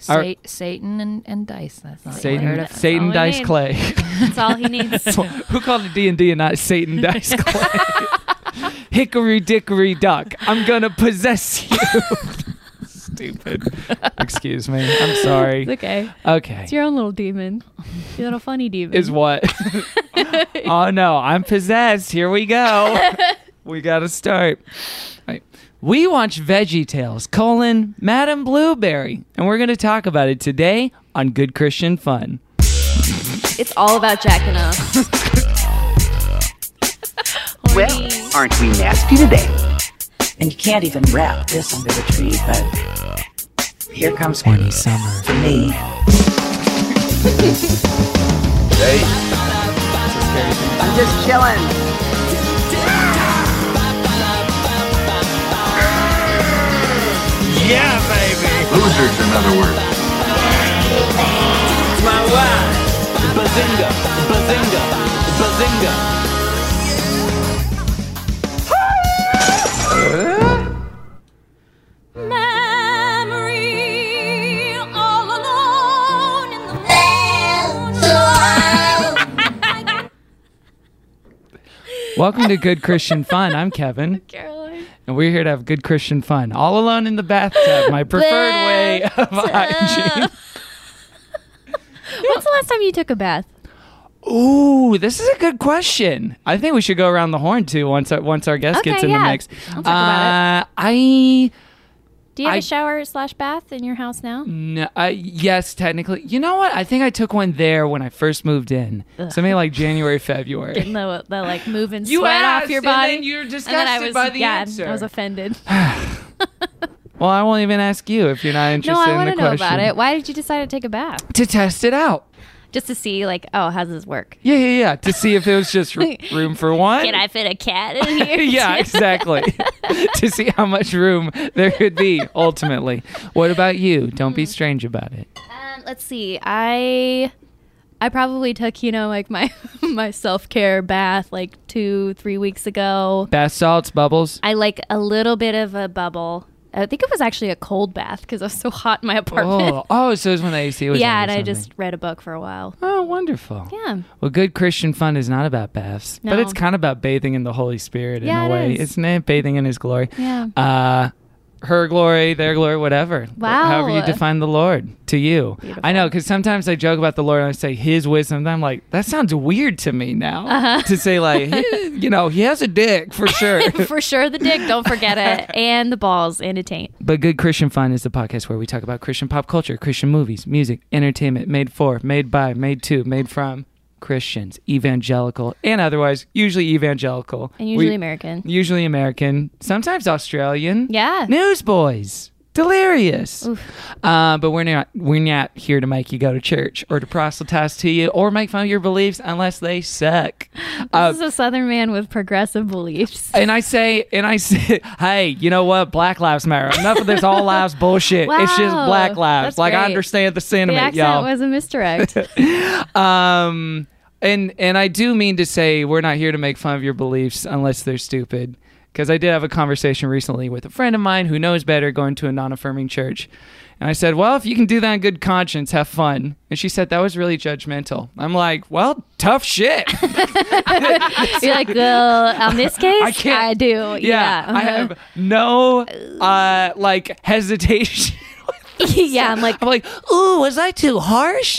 Sa- Our- Satan and, and dice. That's not Satan, That's Satan all we Dice need. Clay. That's all he needs. Who called it D and D and not Satan Dice Clay? Hickory dickory duck, I'm gonna possess you. Stupid. Excuse me. I'm sorry. It's okay. Okay. It's your own little demon. Your little funny demon. Is what? oh no, I'm possessed. Here we go. we gotta start. All right. We watch Veggie Tales, colon, Madam Blueberry, and we're gonna talk about it today on Good Christian Fun. it's all about jacking off. Well, aren't we nasty today? And you can't even wrap this under the tree, but here comes Horny summer. for me. I'm just chilling. Losers, in other words. Bazinga, bazinga, bazinga. memory all alone in the moonlight. Welcome to Good Christian Fun. I'm Kevin, Caroline. and we're here to have good Christian fun. All alone in the bathtub, my preferred way of hygiene. When's the last time you took a bath? Ooh, this is a good question. I think we should go around the horn too once our, once our guest Okay, gets in yeah. the mix. I'll talk about uh, I Do you have I- Mm. a shower slash bath in your house now? No, I, yes, technically. You know what? I think I took one there when I first moved in. So maybe like January, February. Getting the, the like moving You sweat asked, off your and then body. you're And then disgusted I was, by the yeah, answer. I was offended. Well, I won't even ask you if you're not no, interested I in want the to know question. about it. Why did you decide to take a bath? To test it out. Just to see, like, oh, how's this work? Yeah, yeah, yeah. To see if it was just r- room for one. Can I fit a cat in here? yeah, exactly. to see how much room there could be ultimately. What about you? Don't Mm. be strange about it. Um, let's see. I I probably took you know like my my self care bath like two three weeks ago. Bath salts, bubbles. I like a little bit of a bubble. I think it was actually a cold bath because I was so hot in my apartment. Oh, oh, so it was when the AC was yeah, on and or I something. just read a book for a while. Oh, wonderful. Yeah. Well, good Christian fun is not about baths, but No. it's kind of about bathing in the Holy Spirit in a Yeah, it way. is. Isn't it? Bathing in His glory. Yeah. Uh, her glory, their glory, whatever. Wow. However you define the Lord to you. I know, because sometimes I joke about the Lord and I say His wisdom. And I'm like, that sounds weird to me now Uh-huh. to say like, "He- you know, He has a dick for sure. For sure, the dick. Don't forget it, and the balls, and a taint. But Good Christian Fun is the podcast where we talk about Christian pop culture, Christian movies, music, entertainment, made for, made by, made to, made from Christians, evangelical, and otherwise, usually evangelical. And usually We- American. Usually American, sometimes Australian. Yeah. Newsboys. Delirious. Uh, but we're not we're not here to make you go to church or to proselytize to you or make fun of your beliefs unless they suck. Uh, this is a southern man with progressive beliefs. and I say, and I say, hey, you know what? Black lives matter. Enough of this all lives bullshit. It's just Wow, black lives. that's Like I great. understand the The sentiment, accent y'all. was a misdirect. um, and and I do mean to say we're not here to make fun of your beliefs unless they're stupid. Because I did have a conversation recently with a friend of mine who knows better, going to a non-affirming church, and I said, "Well, if you can do that in good conscience, have fun." And she said that was really judgmental. I'm like, "Well, tough shit." You're like, well, on this case, I, can't- do. Yeah, yeah, I uh-huh. have no uh like hesitation. yeah, I'm like, I'm like, ooh, was I too harsh?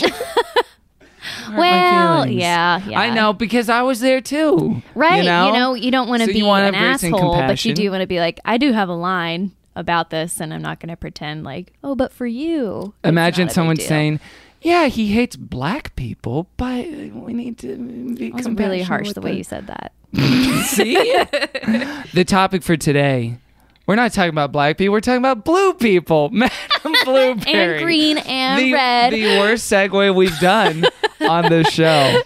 Hurt my well, feelings. yeah, yeah. I know because I was there too. Right. You know, you don't want to So you be wanna an have grace and asshole, but you compassion. do want to be like, I do have a line. about this, and I'm not going to pretend like, oh, but for you. it's Imagine not a big someone deal." saying, "Yeah, he hates black people, but we need to be." It was really harsh the way you said that. See? the topic for today. We're not talking about black people. We're talking about blue people, Madam Blueberry. And green and the, red. The worst segue we've done on this show.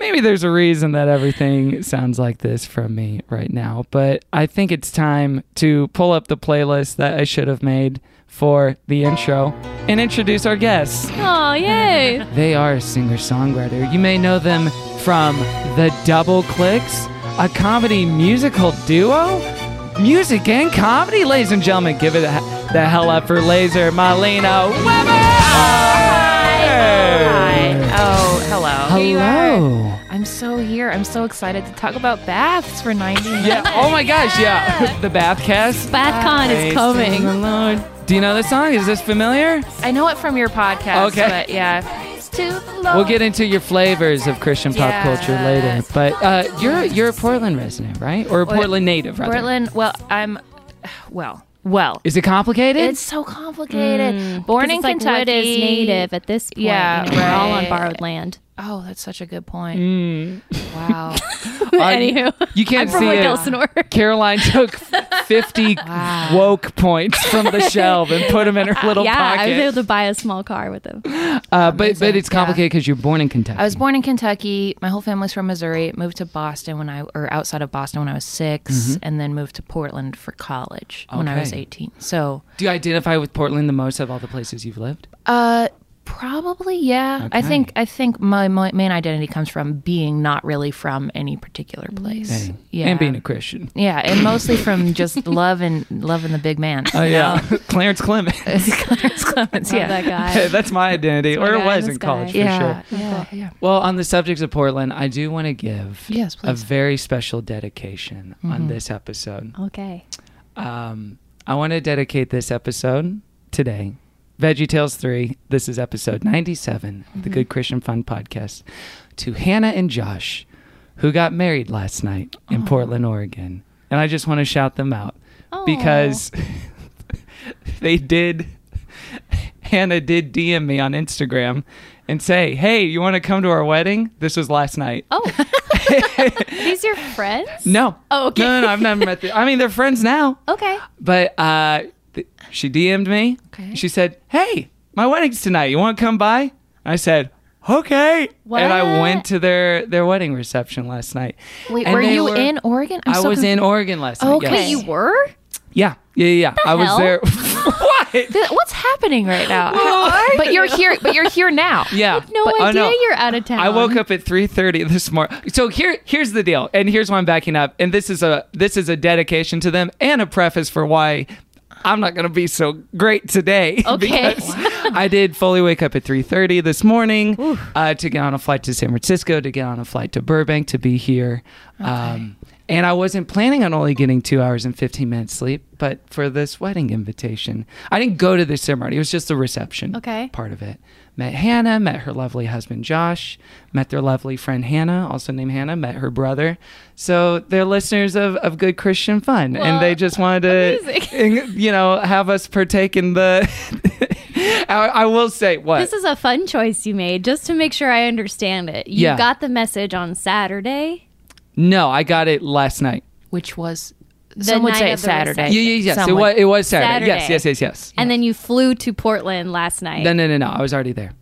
Maybe there's a reason that everything sounds like this from me right now, but I think it's time to pull up the playlist that I should have made for the intro and introduce our guests. oh, yay. They are a singer songwriter. You may know them from The Double Clicks, a comedy musical duo. Music and comedy, ladies and gentlemen. Give it a, the hell up for Laser Malina Weber! Hi. Oh, hello. Here you are. Hello. I'm so here. I'm so excited to talk about baths for 90 minutes. Yeah. Oh my gosh. Yeah. the Bath Cast. BathCon is coming. Do you know this song? Is this familiar? I know it from your podcast. Okay. But yeah. We'll get into your flavors of Christian pop culture later. But uh, you're you're a Portland resident, right? Or a Portland native, rather. Portland. Well, I'm. Well, well. Is it complicated? It's so complicated. Born 'Cause in it's like, Kentucky. Wood is native at this point. Yeah, you know, We're all on right. borrowed land. Oh, that's such a good point. Wow. Uh, Anywho, you can't I'm from see like it. Elsinore. Caroline took 50 woke points from the shelf and put them in her little yeah, I was pocket. able to buy a small car with them. uh, but, but it's complicated because you're born in Kentucky. I was born in Kentucky. My whole family's from Missouri. Moved to Boston when I, or outside of Boston when I was 6 and then moved to Portland for college when I was Okay. 18. So, Do you identify with Portland the most of all the places you've lived? uh, probably, yeah. I Okay. think, I think my, my main identity comes from being not really from any particular place. Yeah. And being a Christian. yeah, and mostly from just love and loving the big man. Oh, yeah. Clarence Clement. Clarence Clemens, yeah. That guy. That's my identity. or my it guy was in the in college, sky. for sure. yeah, yeah, yeah. Well, on the subject of Portland, I do want to give Yes, a please. Mm-hmm. very special dedication on this episode. Okay. Um, I want to dedicate this episode today, Veggie Tales 3. This is episode 97 of Mm-hmm. the Good Christian Fun podcast to Hannah and Josh, who got married last night in Portland, Oregon. And I just want to shout them out because they did. Hannah did DM me on Instagram and say, "Hey, you want to come to our wedding?" This was last night. Oh, these your friends? No. Oh, okay. No, no, no I've never met. The, I mean, they're friends now. Okay. But uh, th- she DM'd me. Okay. She said, "Hey, my wedding's tonight. You want to come by?" I said, "Okay." And I What? went to their their wedding reception last night. Wait, And were they you in Oregon? I'm I so was conf- in Oregon last night. yes. Okay. You were? Yeah, yeah, yeah. yeah. I was hell? there. what? Th- What's happening right now? But you're here. But you're here now. Yeah. No But- oh, idea no. you're out of town. I woke up at 3:30 this morning. So here here's the deal and here's why I'm backing up and this is a this is a dedication to them and a preface for why I'm not going to be so great today Okay. because I did fully wake up at 3:30 this morning uh, to get on a flight to San Francisco, to get on a flight to Burbank to be here. Um and I wasn't planning on only getting two hours and 15 minutes sleep, but for this wedding invitation, I didn't go to the ceremony. It was just the reception Okay. part of it. Met Hannah, met her lovely husband Josh, met their lovely friend Hannah, also named Hannah, met her brother. So they're listeners of, of good Christian fun, and they just wanted to, in- you know, have us partake in the. I, I will say what This is a fun choice you made just to make sure I understand it. You Yeah. got the message on Saturday. no, I got it last night. Which was some would night say of the Saturday. reception. Yeah, yeah, yes, it Someone- was, it was Saturday. Yes, Saturday. yes, yes, yes. And then you flew to Portland last night. No, no, no, no. I was already there.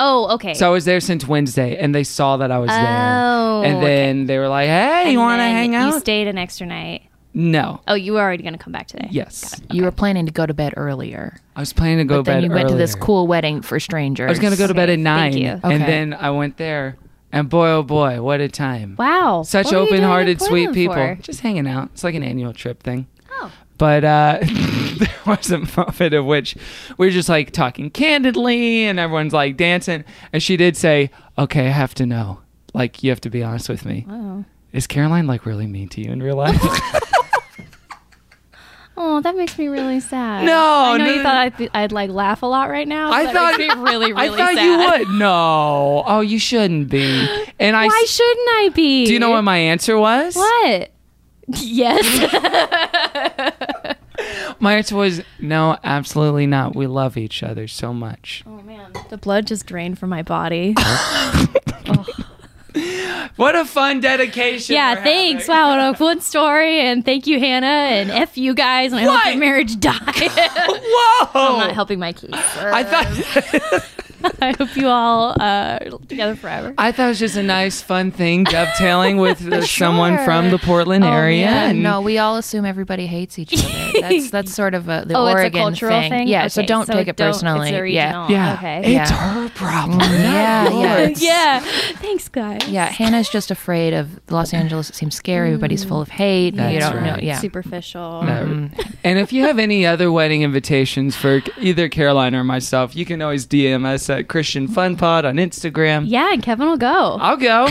oh, okay. So I was there since Wednesday, and they saw that I was Oh, there, and then they were like, "Hey, you want to And hang You out?" stayed an extra night. no. Oh, you were already going to come back today. Yes. You were planning to go to bed earlier. I was planning to go to Then bed you went to this earlier. cool wedding for strangers. I was gonna go to bed at nine, you. and Okay. then I went there, and boy, oh boy, what a time! Wow. Such What were you doing in open-hearted, sweet Portland people. for? Just hanging out. It's like an annual trip thing. Oh. But uh, there was a moment of which we were just like talking candidly, and everyone's like dancing. And she did say, "Okay, I have to know. Like, you have to be honest with me. Is Caroline like really mean to you in real life?" Oh, that makes me really sad. No, I know no, you no, thought I'd, be- I'd like laugh a lot right now. I but thought- that makes me really, I really thought sad. you would. No. Oh, you shouldn't be. And I. Why s- shouldn't I be? do you know what my answer was? What? Yes. my answer was no, absolutely not. We love each other so much. Oh man, the blood just drained from my body. What a fun dedication. yeah, we're thanks. having. Wow, what a fun story, and thank you, Hannah, and f you guys, and I hope your marriage dies. I'm Whoa. not helping my case. I thought I hope you all uh, are together forever. I thought it was just a nice, fun thing dovetailing with uh, someone from the Oh, Portland area. Oh, Yeah, and- no, we all assume everybody hates each other. That's that's sort of a the oh, Oregon it's a cultural thing. Yeah, so Okay, don't take it don't- personally. It's a yeah, regional. Yeah. Okay. It's Yeah. her problem. yeah, yeah. yeah. Thanks, guys. yeah. Hannah's just afraid of Los Angeles. It seems scary. Everybody's full of hate. you That's don't know. right. Yeah, Superficial. Um, and if you have any other wedding invitations for c- either Caroline or myself, you can always DM us at Christian Fun Pod on Instagram. Yeah, and Kevin will go. I'll go.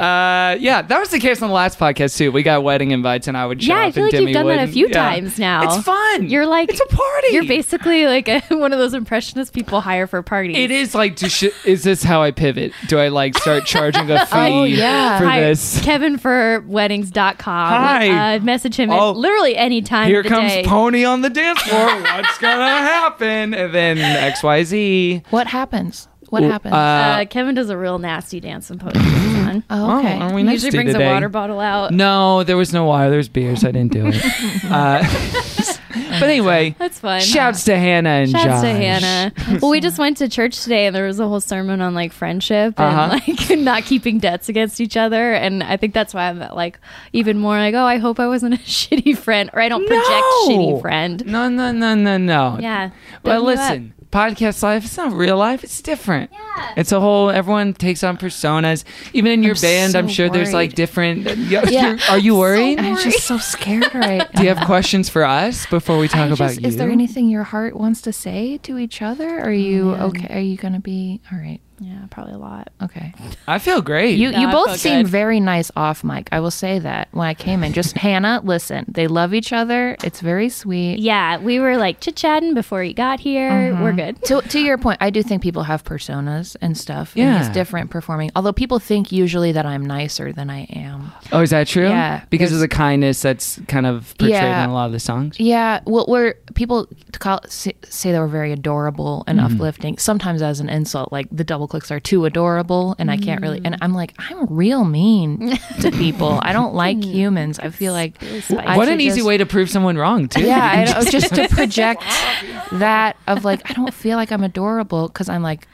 Uh, yeah, that was the case on the last podcast too. We got wedding invites, and I would show Yeah, I up feel and like you've Demi done that a wouldn't. few Yeah. times now. It's fun. You're like- it's a party. You're basically like a, one of those impressionist people hire for parties. It is like, do sh- is this how I pivot? Do I like start charging a fee yeah. for Oh, Hi, this? Kevin for weddings.com. Hi. Uh, message him Oh. at literally any time. Here of the comes day. Pony on the dance floor. What's gonna happen? And then X Y Z. what happens? What happens? Uh, Kevin does a real nasty dance and poetry. on. oh, okay. Are we He nasty usually brings today? a water bottle out. No, there was no water. There's beers. I didn't do it. uh, but anyway, That's fun. shouts to Hannah and Shouts Josh. to Hannah. Well, we just went to church today, and there was a whole sermon on like friendship Uh-huh. and like not keeping debts against each other. And I think that's why I'm like even more like, oh, I hope I wasn't a shitty friend, or I don't project No! shitty friend. No, no, no, no, no. Yeah. But Build you up. listen, podcast life, it's not real life. It's different. Yeah. It's a whole, everyone takes on personas. Even in your band, I'm so sure there's like worried. different. uh, Yeah. you're- Are you worried? I'm just so scared right Do you have questions for us before we talk I about just- you? Oh, Is there anything your heart wants to say to each other? Are you okay? Are you gonna be all right? Yeah, probably a lot. Okay. I feel great. You you I both feel seem good. very nice off mic. I will say that when I came in. Just Hannah, listen, they love each other. It's very sweet. Yeah, we were like chit chatting before you got here. Uh-huh. We're good. To, to your point, I do think people have personas and stuff. And Yeah. it's different performing. Although people think usually that I'm nicer than I am. oh, is that true? Yeah, Because of there's- the kindness that's kind of portrayed Yeah. in a lot of the songs. Yeah, well, we're people to call, say, say they were very adorable and Mm-hmm. uplifting. Sometimes as an insult, like the double clicks are too adorable, and I can't really. Mm. And I'm like, I'm real mean to people. I don't like humans. I feel like I what should an easy just- way to prove someone wrong, too. Yeah, I don't, just to project that of like I don't feel like I'm adorable because I'm like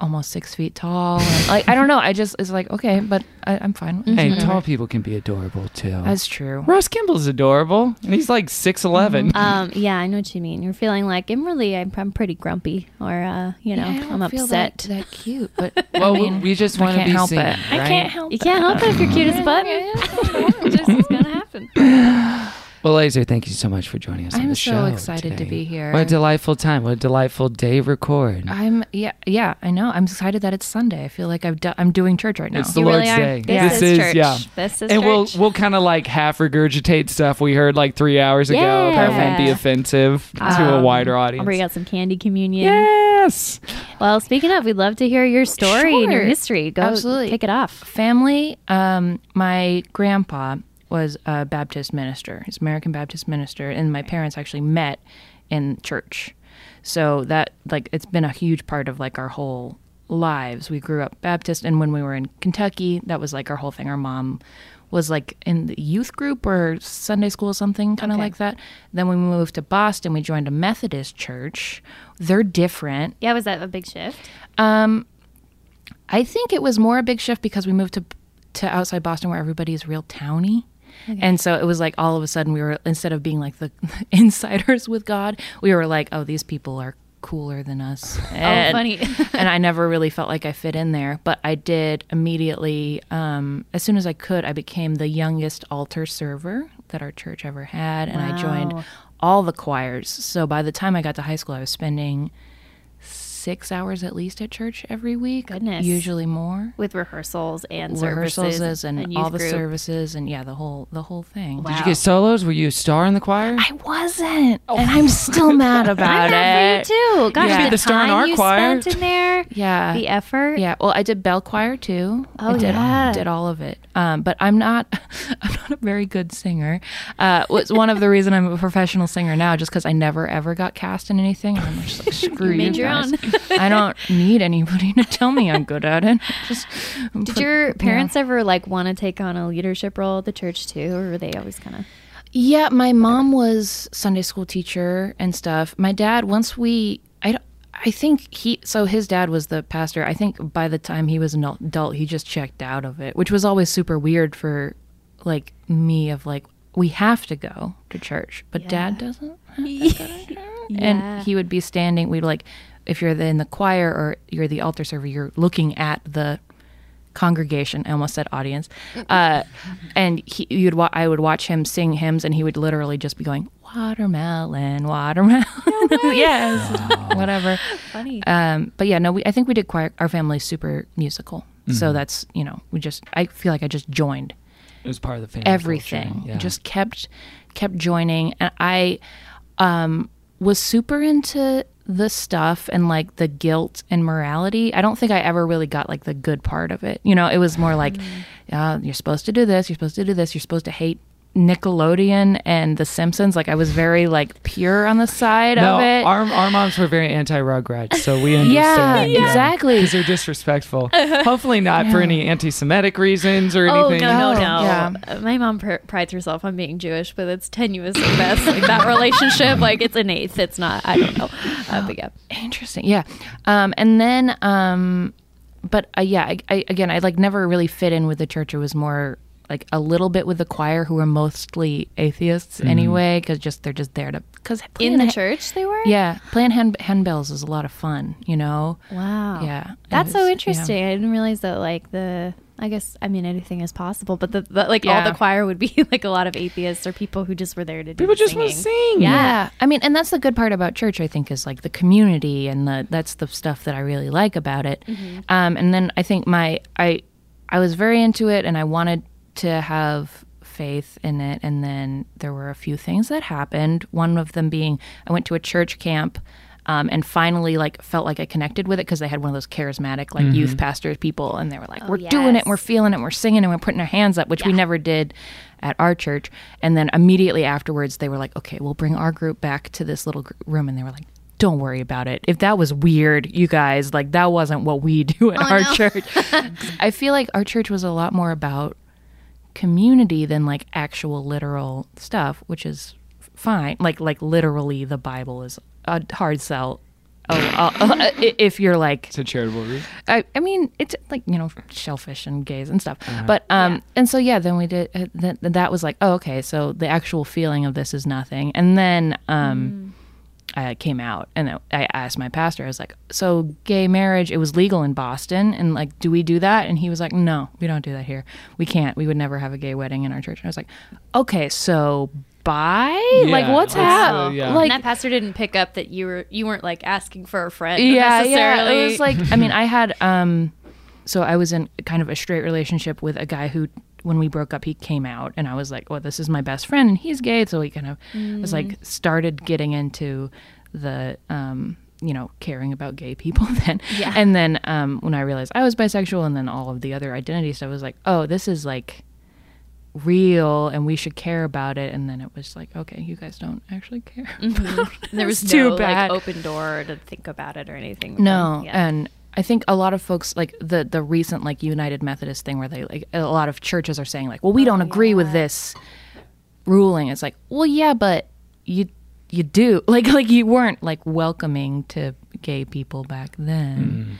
almost six feet tall. And like I don't know. I just it's like okay, but I, I'm fine. Hey, tall people can be adorable, too. That's true. Ross Kimball's adorable, and he's like 6'11. Mm-hmm. Um, yeah, I know what you mean. You're feeling like I'm really, I'm, I'm pretty grumpy, or uh, you know, I don't I'm feel upset. That, that cute, but well, I mean, we just want to can't be help seen. it. Right? I can't You can't help it if you're cute as butt. Just it's gonna happen. Well, Laser, thank you so much for joining us on I'm the so show. excited to today. be here. What a delightful time. What a delightful day record. I'm yeah yeah I know I'm excited that it's Sunday I feel like I've do- I'm doing church right now It's the You Lord's really are. day. This is church. yeah. This is and we'll church. we'll kind of like half regurgitate stuff we heard like three hours ago Yeah. that won't be offensive to a wider audience. We got some candy communion. yes. Well, speaking of, we'd love to hear your story and your Sure. history. Go Absolutely. kick it off. family um my grandpa was a Baptist minister he's American Baptist minister and my parents actually met in church so that like it's been a huge part of like our whole lives we grew up Baptist and when we were in Kentucky that was like our whole thing our mom was like in the youth group or Sunday school or something kind of like that then when we moved to Boston we joined a Methodist church they're different Yeah, was that a big shift? I think it was more a big shift because we moved to to outside Boston where everybody is real towny. And so it was like all of a sudden we were instead of being like the insiders with God, we were like, oh, these people are cooler than us. And, Oh, funny. and I never really felt like I fit in there, but I did immediately um, as soon as I could, I became the youngest altar server that our church ever had and I joined all the choirs. So by the time I got to high school, I was spending six hours at least at church every week. Goodness. Usually more. with rehearsals and Rehearsals services and, youth all the group. services and yeah, the whole the whole thing. Wow. Did you get solos? Were you a star in the choir? I wasn't, and Oh. I'm still mad about I'm mad it. for you too. Gosh, Yeah. the, Be the star in time our you choir. spent in there, Yeah. the effort. Yeah, well, I did bell choir too. Oh, I did, yeah. did all of it. Um, but I'm not, I'm not a very good singer. Uh, was one of the reason I'm a professional singer now, just because I never ever got cast in anything. And I'm just like, screw you, made your guys. own. I don't need anybody to tell me I'm good at it. Just Did your parents ever like want to take on a leadership role at the church too, or were they always kind of? Yeah, my mom was Sunday school teacher and stuff. My dad, once we, I, don't- I think he, so his dad was the pastor. I think by the time he was an adult, he just checked out of it, which was always super weird for, like me, of like we have to go to church, but dad doesn't. have to go to church. And he would be standing. We'd like, if you're the- in the choir or you're the altar server, you're looking at the congregation. I almost said audience. Uh, and he, you'd wa- I would watch him sing hymns, and he would literally just be going watermelon, watermelon. yes, whatever. Funny. Um, but yeah, no, we, I think we did choir. Our family's super musical, so that's you know we just I feel like I just joined It was part of the family. everything. culture, yeah. Just kept kept joining, and I um, was super into the stuff and like the guilt and morality. I don't think I ever really got like the good part of it. You know, it was more Mm. like uh, you're supposed to do this, you're supposed to do this, you're supposed to hate Nickelodeon and The Simpsons. Like I was very like pure on the side no, of it. our our moms were very anti Rugrats, so we yeah, understand. exactly. Uh-huh. Because they're disrespectful. Hopefully not for any anti-Semitic reasons or Oh no anything. no no! Yeah. Uh, My mom pr- prides herself on being Jewish, but it's tenuous at best. Like that relationship, like it's an eighth. It's not. I don't know. Uh, but yeah, Interesting. Yeah. Um, and then, um, but uh, yeah, I, I, again, I like never really fit in with the church. It was more like a little bit with the choir, who were mostly atheists anyway, because just they're just there to because in the church they were. Yeah, playing hand handbells is a lot of fun. You know. Wow. Yeah, it That's so was- interesting. I didn't realize that like the I guess I mean anything is possible, but the, the like all Yeah. the choir would be like a lot of atheists or people who just were there to do People the just want to singing. sing. Yeah. I mean, and that's the good part about church, I think, is like the community and the that's the stuff that I really like about it. Um, and then I think my I I was very into it and I wanted to have faith in it and then there were a few things that happened. One of them being I went to a church camp um, and finally like felt like I connected with it because they had one of those charismatic like youth pastors people and they were like, We're doing it, yes. we're feeling it, we're singing, and we're putting our hands up, which we never did at our church. And then immediately afterwards, they were like, okay, we'll bring our group back to this little gr- room. And they were like, don't worry about it. If that was weird, you guys, like, that wasn't what we do at our church. I feel like our church was a lot more about community than like actual literal stuff, which is f- fine. Like, like literally, the Bible is a hard sell. Oh, uh, if you're like It's a charitable group. I, I mean, it's like you know shellfish and gays and stuff. Uh-huh. But um, and so yeah, then we did. Uh, th- that was like, oh, okay. So the actual feeling of this is nothing. And then um, I came out and I I asked my pastor. I was like, so gay marriage, it was legal in Boston, and like, do we do that? And he was like, no, we don't do that here. We can't. We would never have a gay wedding in our church. And I was like, okay, so bye. like, Yeah, what's that's, uh, happening? yeah. Like, and that pastor didn't pick up that you were you weren't like asking for a friend yeah, necessarily. Yeah. It was like I mean, I had um so I was in kind of a straight relationship with a guy who when we broke up he came out and I was like, Well, this is my best friend and he's gay, so we kind of was Mm. like started getting into the um you know, caring about gay people then. Yeah. And then um when I realized I was bisexual and then all of the other identity stuff I was like, Oh, this is like real and we should care about it and then it was like okay you guys don't actually care And Mm-hmm. there was It's too no bad. like open door to think about it or anything. No, Um, Yeah. and I think a lot of folks like the the recent like United Methodist thing where they like a lot of churches are saying like, well, we don't agree with this ruling. It's like, well, yeah, but you you do like like you weren't like welcoming to gay people back then.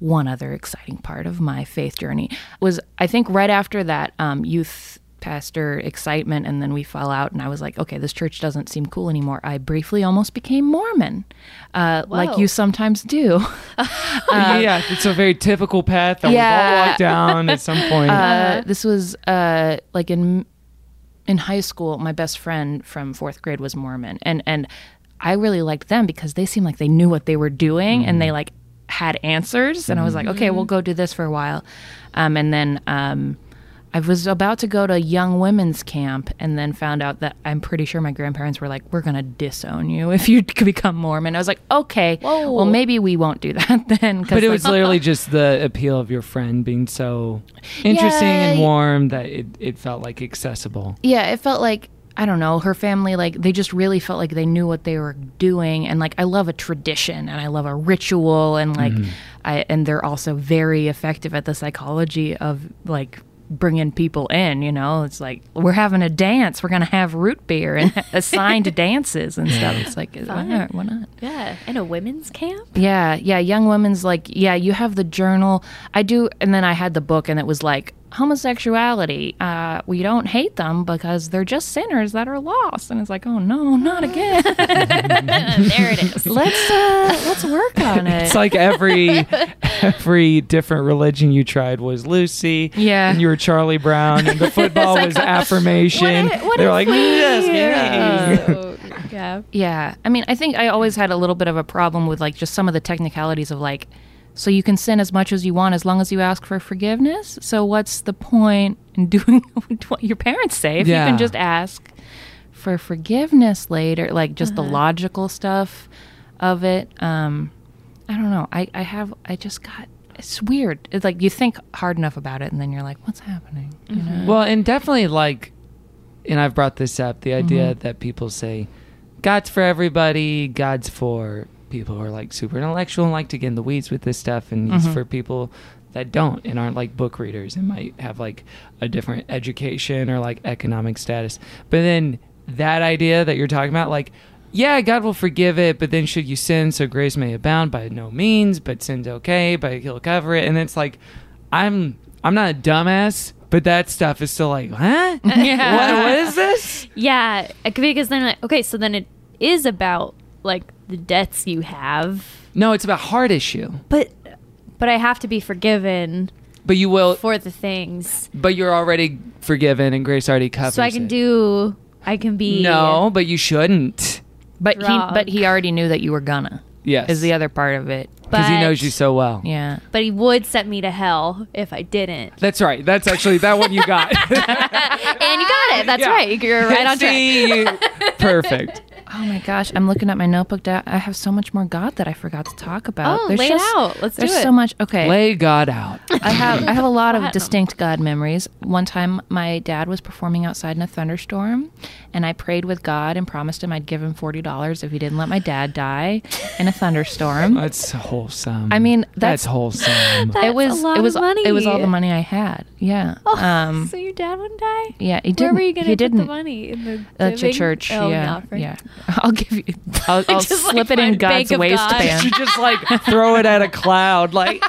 One other exciting part of my faith journey was I think right after that um, youth pastor excitement and then we fell out and I was like okay this church doesn't seem cool anymore I briefly almost became Mormon uh, like you sometimes do yeah, it's a very typical path that we've all Oh, Yeah. walked down at some point. Uh, this was uh, like in in high school. My best friend from fourth grade was Mormon, and and I really liked them because they seemed like they knew what they were doing and they Mm-hmm. like had answers. And I was like, okay, we'll go do this for a while. Um, and then um, I was about to go to young women's camp and then found out that I'm pretty sure my grandparents were like, we're going to disown you if you become Mormon. I was like, okay, well, maybe we won't do that then. 'cause, But it like, was literally just the appeal of your friend being so interesting and Yeah. warm that it, it felt like accessible. yeah, it felt like I don't know, her family like they just really felt like they knew what they were doing and like I love a tradition and I love a ritual and like I and they're also very effective at the psychology of like bringing people in, you know. It's like we're having a dance, we're going to have root beer and assigned dances and stuff. It's like why not? Why not? Yeah, in a women's camp. Yeah, yeah. Young women's like, yeah, you have the journal. I do, and then I had the book, and it was like homosexuality. Uh, we don't hate them because they're just sinners that are lost. And it's like, oh no, not again. there it is. let's uh, let's work on it. It's like every every different religion you tried was Lucy. Yeah. And you were Charlie Brown. And the football was affirmation. what i- what They're uh, if like, yes, yay." So, yeah. Yeah. I mean, I think I always had a little bit of a problem with like just some of the technicalities of like, so you can sin as much as you want as long as you ask for forgiveness. So what's the point in doing what your parents say if you Yeah. can just ask for forgiveness later? Like just Uh-huh. the logical stuff of it. Um, I don't know. I, I have, I just got, it's weird. It's like you think hard enough about it and then you're like, what's happening? You know? Well, and definitely like, and I've brought this up the idea that people say, God's for everybody, God's for people who are like super intellectual and like to get in the weeds with this stuff, and He's for people that don't and aren't like book readers and might have like a different education or like economic status. But then that idea that you're talking about, like, yeah, God will forgive it, but then should you sin so grace may abound by no means, but sin's okay, but he'll cover it. And it's like, I'm I'm not a dumbass, but that stuff is still like, huh? What, what is this? Yeah, it could be because then like okay, so then it is about like the debts you have, No, it's about heart issue. but but I have to be forgiven But you will, for the things, but you're already forgiven, and grace already covers. so I can it. do. I can be No, but you shouldn't. but he, Wrong. but he already knew that you were gonna Yes, is the other part of it. because he but- knows you so well. Yeah. but he would set me to hell if I didn't. That's right. That's actually that one you got. And you got it. That's Yeah. right. You're right on track. See, you- perfect. Oh my gosh, I'm looking at my notebook. da- I have so much more God that I forgot to talk about. Oh, lay it out. Let's do there's it. so much. Okay, Lay God out. I have I have a lot of distinct God memories. One time, my dad was performing outside in a thunderstorm, and I prayed with God and promised him I'd give him forty dollars if he didn't let my dad die in a thunderstorm. That's wholesome. I mean, that's, that's- wholesome. That's a it was lot it was of money. Oh, it was all the money I had. Yeah. um. So your dad wouldn't die. Yeah. He Where didn't. were you gonna he put didn't. the money in the Uh, to giving? church, Oh, yeah, offering. yeah. I'll give you. I'll, I'll Just, like, slip it in find Bank God's of God. waistband. you just like throw it at a cloud, like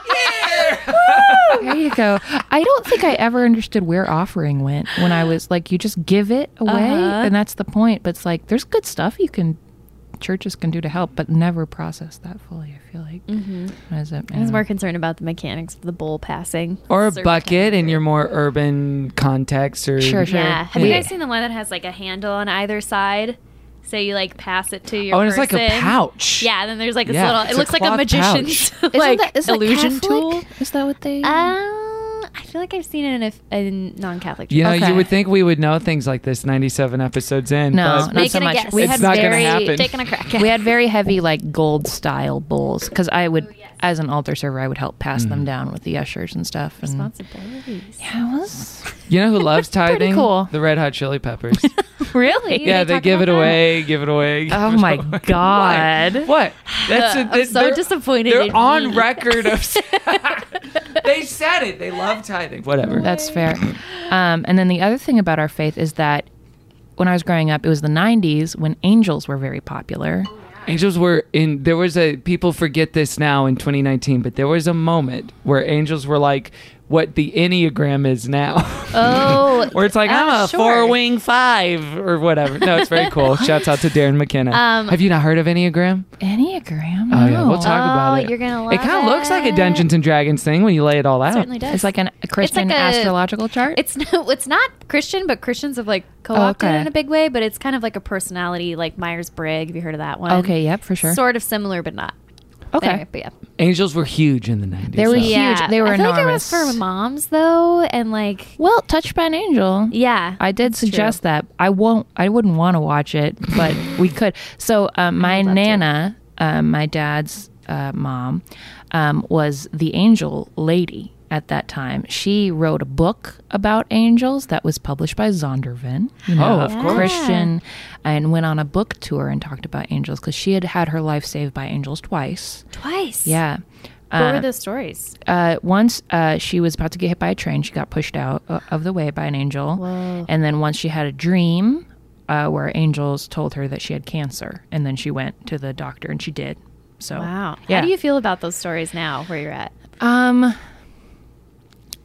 There you go. I don't think I ever understood where offering went when I was like, you just give it away, and that's the point. But it's like, there's good stuff you can, churches can do to help, but never process that fully. I feel like. Mm-hmm. What is it? I was more concerned about the mechanics of the bowl passing. or a bucket in your more urban context, or Sure, sure. Yeah. Have you Yeah. guys seen the one that has like a handle on either side? So you like pass it to your. Oh, and it's like a person. pouch. Yeah, and then there's like this Yeah, little. it's It a looks like a cloth magician's Isn't like that- isn't that illusion Catholic? tool. Is that what they? Um, I feel like I've seen it in a, in non-Catholic. You know, Okay. you would think we would know things like this 97 episodes in. No, but not so Making a much. guess. We It's had not gonna very happen. Taking a crack. At we it. had very heavy like gold style bowls because I would, as an altar server, I would help pass them down with the ushers and stuff. And responsibilities. yeah, it was you know who loves tithing? cool. The Red Hot Chili Peppers. really. yeah, they give it away, give it away. Oh my god. What? That's a, I'm so they're- disappointed. in They're on me. record of. they said it. They love tithing. Whatever. That's fair. Um, and then the other thing about our faith is that when I was growing up, it was the 90s when angels were very popular. Angels were in. There was a. People forget this now in 2019, but there was a moment where angels were like what the Enneagram is now. Oh, Where it's like, I'm a sure. four wing five or whatever. No, it's very cool. Shouts out to Darren McKenna. Um, Have you not heard of Enneagram? Enneagram? Oh, yeah. We'll No. talk about Oh, it. you're gonna love It kind of looks like a it. Dungeons and Dragons thing when you lay it all out. certainly does. it's like an, a Christian like a- astrological chart? It's no, it's not Christian, but Christians have like co-opted Oh, okay. it in a big way. But it's kind of like a personality, like Myers Briggs. Have you heard of that one? Okay, yep, for sure. Sort of similar, but not. okay. Anyway, but yeah, Angels were huge in the 90s. They were though. huge. They were I feel enormous. Like it was for moms though, and like Well, Touched by an Angel. yeah, I did that's true. suggest that. I won't. I wouldn't want to watch it, but we could. So um, my love to. nana, um, my dad's uh, mom, um, was the angel lady at that time. She wrote a book about angels that was published by Zondervan. You know, Oh, of a course. Christian, and went on a book tour and talked about angels because she had had her life saved by angels twice. Uh, twice. Yeah. What were the stories? Uh, once uh, she was about to get hit by a train, she got pushed out uh, of the way by an angel. And then once she had a dream uh, where angels told her that she had cancer, and then she went to the doctor, and she did. So Wow. yeah. How do you feel about those stories now, where you're at? Um,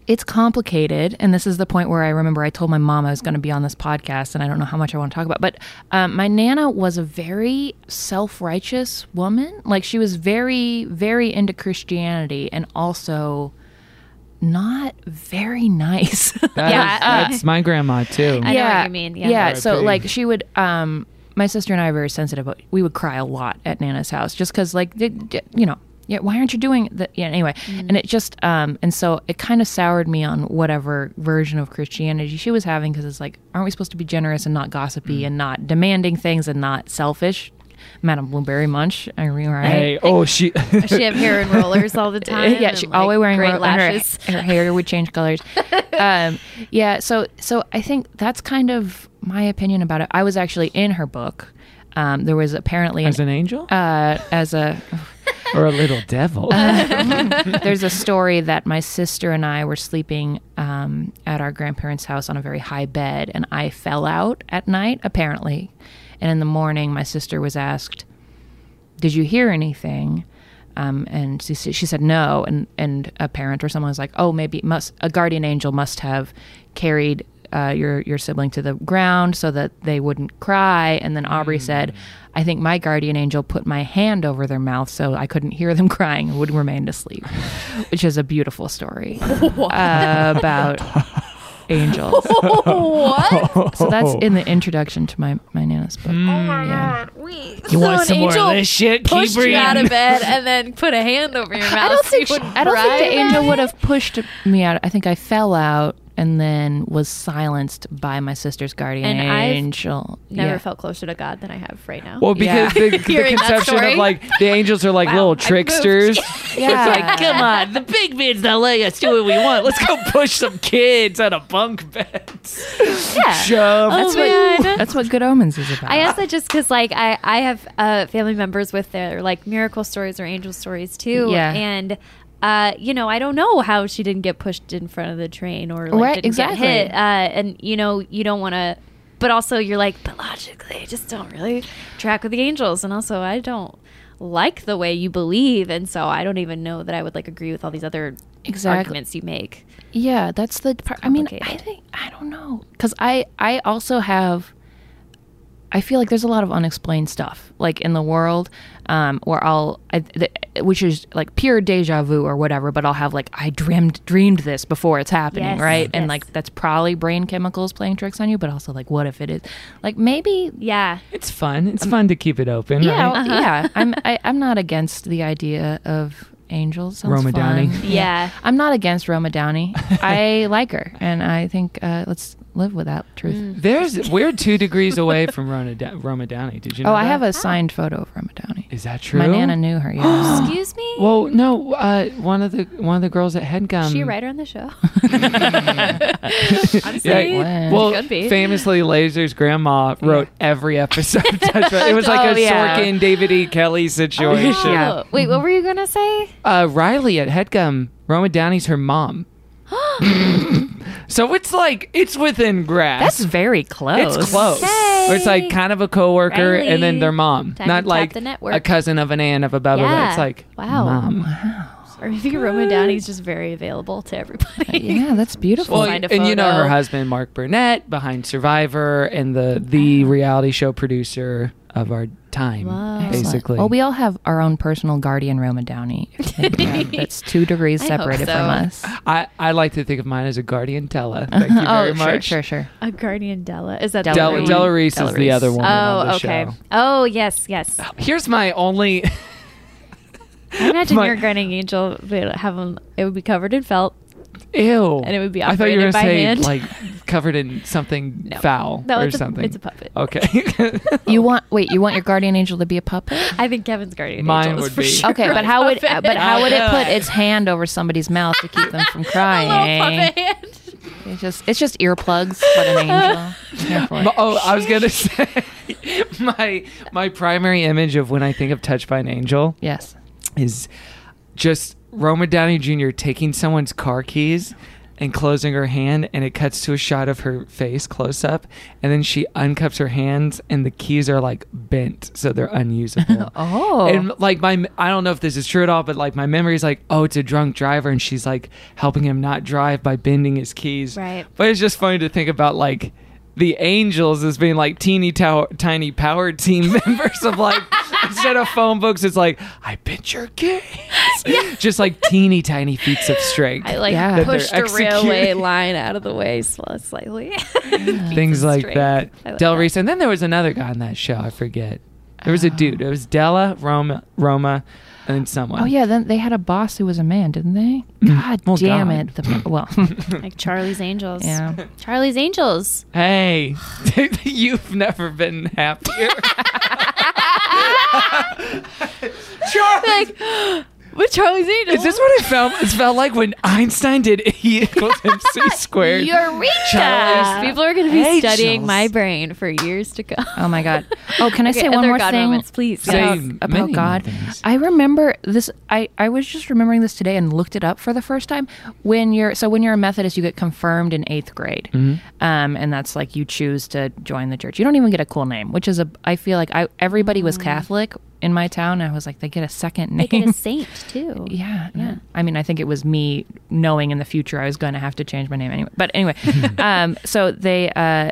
it's complicated, and this is the point where I remember I told my mom I was going to be on this podcast, and I don't know how much I want to talk about. But um, my nana was a very self-righteous woman. Like she was very, very into Christianity, and also not very nice. That Yeah, uh, is- I- that's my grandma too. I know what you mean. Yeah. So R.I.P. like she would um my sister and I are very sensitive, but we would cry a lot at Nana's house just cuz like the- the- you know, yeah, why aren't you doing that? Yeah, anyway. Mm. And it just um and so it kind of soured me on whatever version of Christianity she was having cuz it's like aren't we supposed to be generous and not gossipy and not demanding things and not selfish? Madam Blueberry Munch, I mean, right? Hey, oh, she. she have hair in rollers all the time. yeah, she and, like, always wearing great ro- and her- lashes. Her, hair would change colors. um, yeah, so so I think that's kind of my opinion about it. I was actually in her book. Um, there was apparently As an angel? uh, as a or a little devil? Uh, there's a story that my sister and I were sleeping um, at our grandparents' house on a very high bed, and I fell out at night, apparently. And in the morning, my sister was asked, "Did you hear anything?" Um, and she, s- she said no, and and a parent or someone was like, "Oh, maybe it must a guardian angel must have carried." Uh, your your sibling to the ground so that they wouldn't cry, and then Aubrey said, "I think my guardian angel put my hand over their mouth so I couldn't hear them crying and would remain asleep," which is a beautiful story uh, about angels. So that's in the introduction to my my nana's book. Yeah. you want an some more angel of this shit? Keep pushed you out reading. of bed and then put a hand over your mouth. I don't so think you sh- wouldn't I don't think cry. the angel would have pushed me out. I think I fell out and then was silenced by my sister's guardian And I've angel. Never Yeah. felt closer to God than I have right now. Well, because the, Yeah. the Hearing that conception story. of like the angels are like little tricksters. Yeah. It's like, come on, the big man's not letting us do what we want. Let's go Oh, push some kids out of bunk beds. yeah. Shove. Oh, That's what, man. that's what Good Omens is about. I ask that just because, like, I I have uh, family members with their like miracle stories or angel stories too. Yeah. and uh, you know, I don't know how she didn't get pushed in front of the train or like, Right, didn't exactly. get hit. Uh, and you know, you don't want to, but also you're like, but logically, I just don't really track with the angels, and also I don't like the way you believe, and so I don't even know that I would like agree with all these other Exactly. arguments you make. Yeah, that's the part. I mean, I complicated. think I don't know because I I also have. I feel like there's a lot of unexplained stuff like in the world, um, where I'll I, th which is like pure deja vu or whatever, but I'll have like I dreamed dreamed this before it's happening, Yes, right? yes. And like that's probably brain chemicals playing tricks on you, but also like what if it is? Like maybe Yeah, It's fun. It's fun to keep it open, Um, yeah right? Uh-huh. yeah. I'm I, I'm not against the idea of angels. Sounds Roma fun. Downey. yeah. I'm not against Roma Downey. I like her, and I think uh, let's live with that truth. Mm. There's we're two degrees away from Rona, da- Roma Downey. Did you know? Oh, I that? have a signed photo of Roma Downey. Is that true? My nana knew her. Yeah. Excuse me. Well, um, no. Uh, one of the one of the girls at Headgum. Is she a writer on the show? Yeah, Wow. well, could be. famously, Laser's grandma wrote every episode. of Touch Rug. it was like Oh, a yeah. Sorkin, David E. Kelly situation. Oh, Wait, what were you gonna say? Uh, Riley at Headgum, Roma Downey's her mom. so it's like it's within grasp. That's very close. it's close. Hey. Or It's like kind of a coworker and then Riley. their mom, Time to not tap like the network. a cousin of an aunt of a blah blah. blah. Yeah. It's like Wow. mom. Or if you can roam him down, he's just very available to everybody. Uh, yeah, that's beautiful. Well, find a and you know photo. her husband Mark Burnett behind Survivor and the the reality show producer of our time, Wow. basically. Well, we all have our own personal guardian Roma Downey. if you think about it. That's two degrees I hope separated so. from us. I, I like to think of mine as a guardian Della. Thank you very oh, much. sure, sure, sure. A guardian Della. Is that Della- the Della, right Della one? Reese is Della the Reese. other woman on Oh, the okay. show. Oh, yes, yes. Here's my only. I imagine My- your guardian angel would have him. It would be covered in felt. Ew. And it would be I thought you were operated gonna by say hand. like covered in something No. foul No, or it's a- something. it's a puppet. Okay. You want wait? You want your guardian angel to be a puppet? I think Kevin's guardian Mine angel would is for be- sure. Okay, but a how would puppet. but how would it put its hand over somebody's mouth to keep them from A little crying? puppet hand. It's just it's just earplugs, but an angel. Here for it. My- oh, I was gonna say my my primary image of when I think of Touched by an Angel Yes. is just Roma Downey Jr. taking someone's car keys and closing her hand, and it cuts to a shot of her face close up, and then she uncups her hands, and the keys are like bent, so they're unusable. Oh. and like my I don't know if this is true at all, but like my memory is like, oh, it's a drunk driver, and she's like helping him not drive by bending his keys. Right. But it's just funny to think about like the angels as being like teeny tow- tiny power team members of like instead of phone books, it's like I bent your keys. Just like teeny tiny feats of strength. I like Yeah. That they're pushed a railway executing. line out of the way sl- slightly. Things like strength. I that. like Del that. Ah. Reese. And then there was another guy on that show. I forget. There was a dude. It was Della, Roma, Roma, and then someone. Oh yeah, then they had a boss who was a man, didn't they? God Well, damn God. it! The, well, like Charlie's Angels. Yeah. Charlie's Angels. Hey, you've never been happier. Charlie, Like, with Charlie's Angels. is this what it felt? It felt like when Einstein did E equals MC squared. Eureka! Charlie's People are going to be Angels. studying my brain for years to come. oh my god. Oh, can I say one other more God thing? moments, please. Say Yes. m- about many more God. things. I remember this. I, I was just remembering this today and looked it up for the first time. When you're so when you're a Methodist, you get confirmed in eighth grade, Mm-hmm. um, and that's like you choose to join the church. You don't even get a cool name, which is a. I feel like I everybody was Catholic in my town. I was like, they get a second name. Make it a saint, too. Yeah, yeah. I mean, I think it was me knowing in the future I was going to have to change my name anyway. But anyway, um, so they, uh,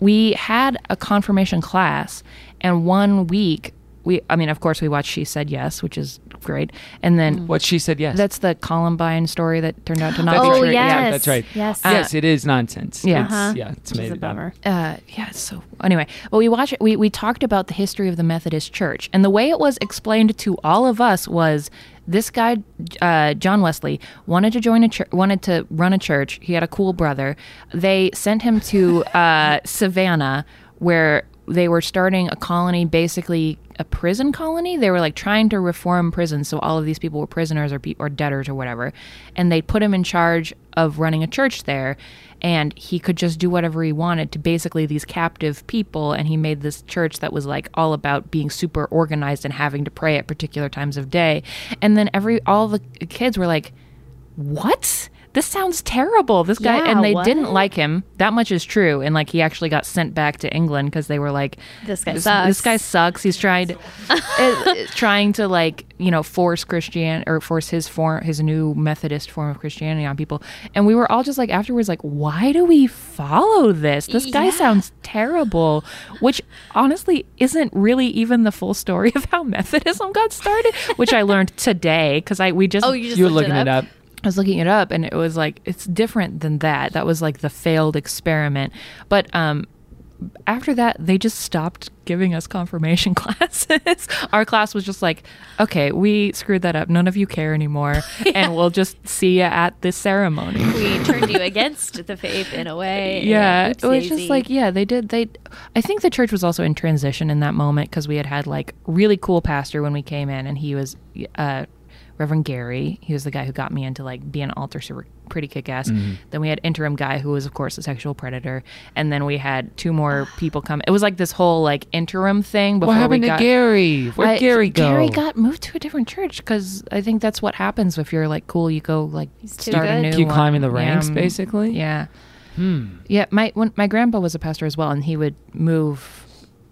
we had a confirmation class, and one week we, I mean, of course we watched She Said Yes, which is great, and Mm. then What she said, yes. that's the Columbine story that turned out to not Oh, be true. yes. Yeah, that's right. Ah, Yes. yes, it is nonsense. Yeah. It's- Uh-huh. yeah, it's Which made is a it up. bummer. uh, yeah. So anyway, well, we watched. We we talked about the history of the Methodist Church, and the way it was explained to all of us was this guy, uh, John Wesley, wanted to join a church, wanted to run a church. He had a cool brother. They sent him to uh, Savannah, where they were starting a colony, basically a prison colony. They were like trying to reform prisons, so all of these people were prisoners or pe- or debtors or whatever, and they put him in charge of running a church there, and he could just do whatever he wanted to basically these captive people, and he made this church that was like all about being super organized and having to pray at particular times of day, and then every all the kids were like what? This sounds terrible. This guy, Yeah, and they what? didn't like him. That much is true. And like, he actually got sent back to England because they were like, This guy this, sucks." This guy sucks. He's trying, to, is- is trying to like, you know, force Christian or force his form, his new Methodist form of Christianity on people. And we were all just like afterwards, like, why do we follow this? This guy sounds terrible. Which honestly isn't really even the full story of how Methodism got started. Which I learned today because I we just Oh, you just You were looked looking it up. I was looking it up and it was like it's different than that. That was like the failed experiment. But um after that they just stopped giving us confirmation classes. Our class was just like, okay, we screwed that up. None of you care anymore and we'll just see you at this ceremony. We turned you against the faith in a way. Yeah, and it was just oopsie-daisy. like yeah, they did. They, I think the church was also in transition in that moment because we had had like really cool pastor when we came in, and he was uh, Reverend Gary. He was the guy who got me into like being an altar super pretty kick ass. Then we had interim guy who was of course a sexual predator, and then we had two more people come. It was like this whole like interim thing. Before What we happened to got- Gary? Where I- would Gary go? Gary got moved to a different church because I think that's what happens if you're like cool. You go like too start a good. new. Keep climbing the one. Yeah, ranks, um, basically. Hmm. Yeah. Yeah. My when my grandpa was a pastor as well, and he would move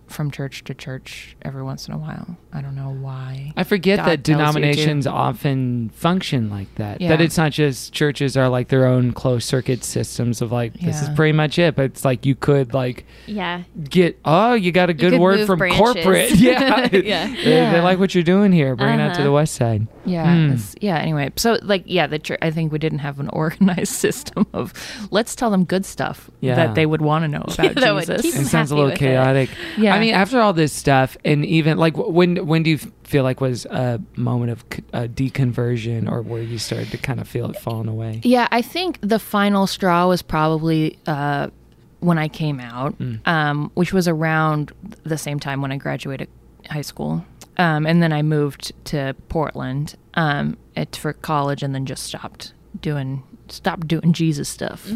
from church to church every once in a while. I don't know why. I forget God that tells you to. denominations often function like that. Yeah. That it's not just churches are like their own closed circuit systems of like this is Yeah. pretty much it, but it's like you could like Yeah. get oh you got a good could word move from branches. corporate. Yeah. Yeah. They, they Yeah. like what you're doing here. Bring it out to Uh-huh. the west side. Yeah, Hmm. it's- yeah. Anyway, so like, yeah, the church. I think we didn't have an organized system of let's tell them good stuff Yeah. that they would want to know about that would Jesus. keep It I'm sounds a happy little with it. chaotic. Yeah. I mean, after all this stuff, and even like wh- when when do you f- feel like was a moment of c- uh, deconversion or where you started to kind of feel it falling away? Yeah, I think the final straw was probably uh, when I came out, Hmm. um, which was around the same time when I graduated high school. Um, and then I moved to Portland um, it, for college and then just stopped doing stopped doing Jesus stuff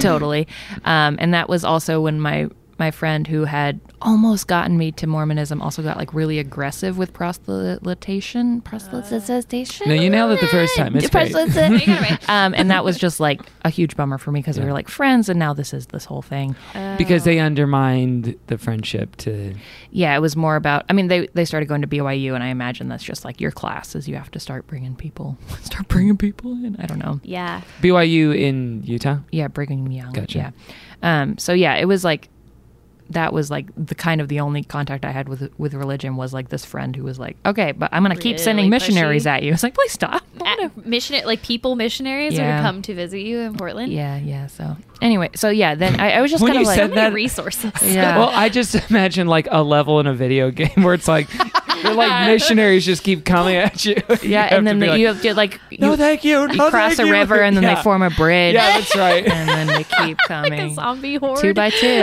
totally. Um, and that was also when my my friend who had almost gotten me to Mormonism also got like really aggressive with proselytation, proselytization. No, you nailed it the first time. It's great. Um, and that was just like a huge bummer for me because we were like friends, and now this is this whole thing. because they undermined the friendship to Yeah, it was more about. I mean, they they started going to BYU, and I imagine that's just like your classes. You have to start bringing people, start bringing people in. I don't know. Yeah. BYU in Utah. Yeah, Brigham Young. Gotcha. Yeah. Um. So yeah, it was like that was like the kind of the only contact I had with with religion was like this friend who was like, okay, but I'm gonna keep sending Really missionaries pushy. at you. It's like, please stop. Uh, Missionary, like people missionaries Yeah. who come to visit you in Portland. Yeah, yeah. So anyway, so yeah, then I, I was just When kind of you like, said that- Resources. yeah. Well, I just imagine like a level in a video game where it's like they're like missionaries just keep coming at you. You Yeah, have and then to be the, like, you have to like no, you, thank you. you no, cross thank a you." river and then yeah. they form a bridge. Yeah, that's right. and then they keep Like a coming zombie horde. two by two.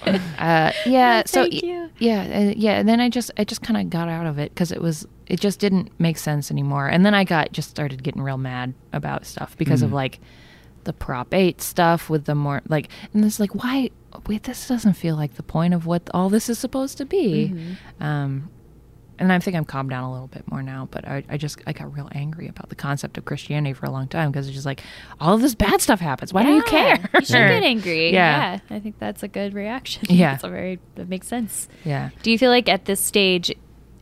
uh, yeah, so Thank y- you. yeah, uh, yeah. And then I just I just kind of got out of it because it was it just didn't make sense anymore. And then I got just started getting real mad about stuff because of like the Prop Eight stuff with the more like and it's like why wait this doesn't feel like the point of what all this is supposed to be. Mm-hmm. Um, and I think I'm calmed down a little bit more now, but I, I just I got real angry about the concept of Christianity for a long time because it's just like all of this bad stuff happens. Why do you Yeah. care? You should get angry. Yeah. Yeah. I think that's a good reaction. Yeah. That's a very, that makes sense. Yeah. Do you feel like at this stage,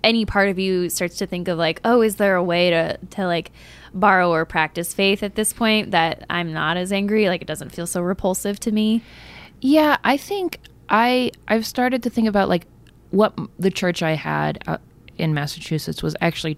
any part of you starts to think of like, oh, is there a way to, to like borrow or practice faith at this point that I'm not as angry? Like it doesn't feel so repulsive to me. Yeah, I think I I've started to think about like what m- the church I had uh, in Massachusetts was actually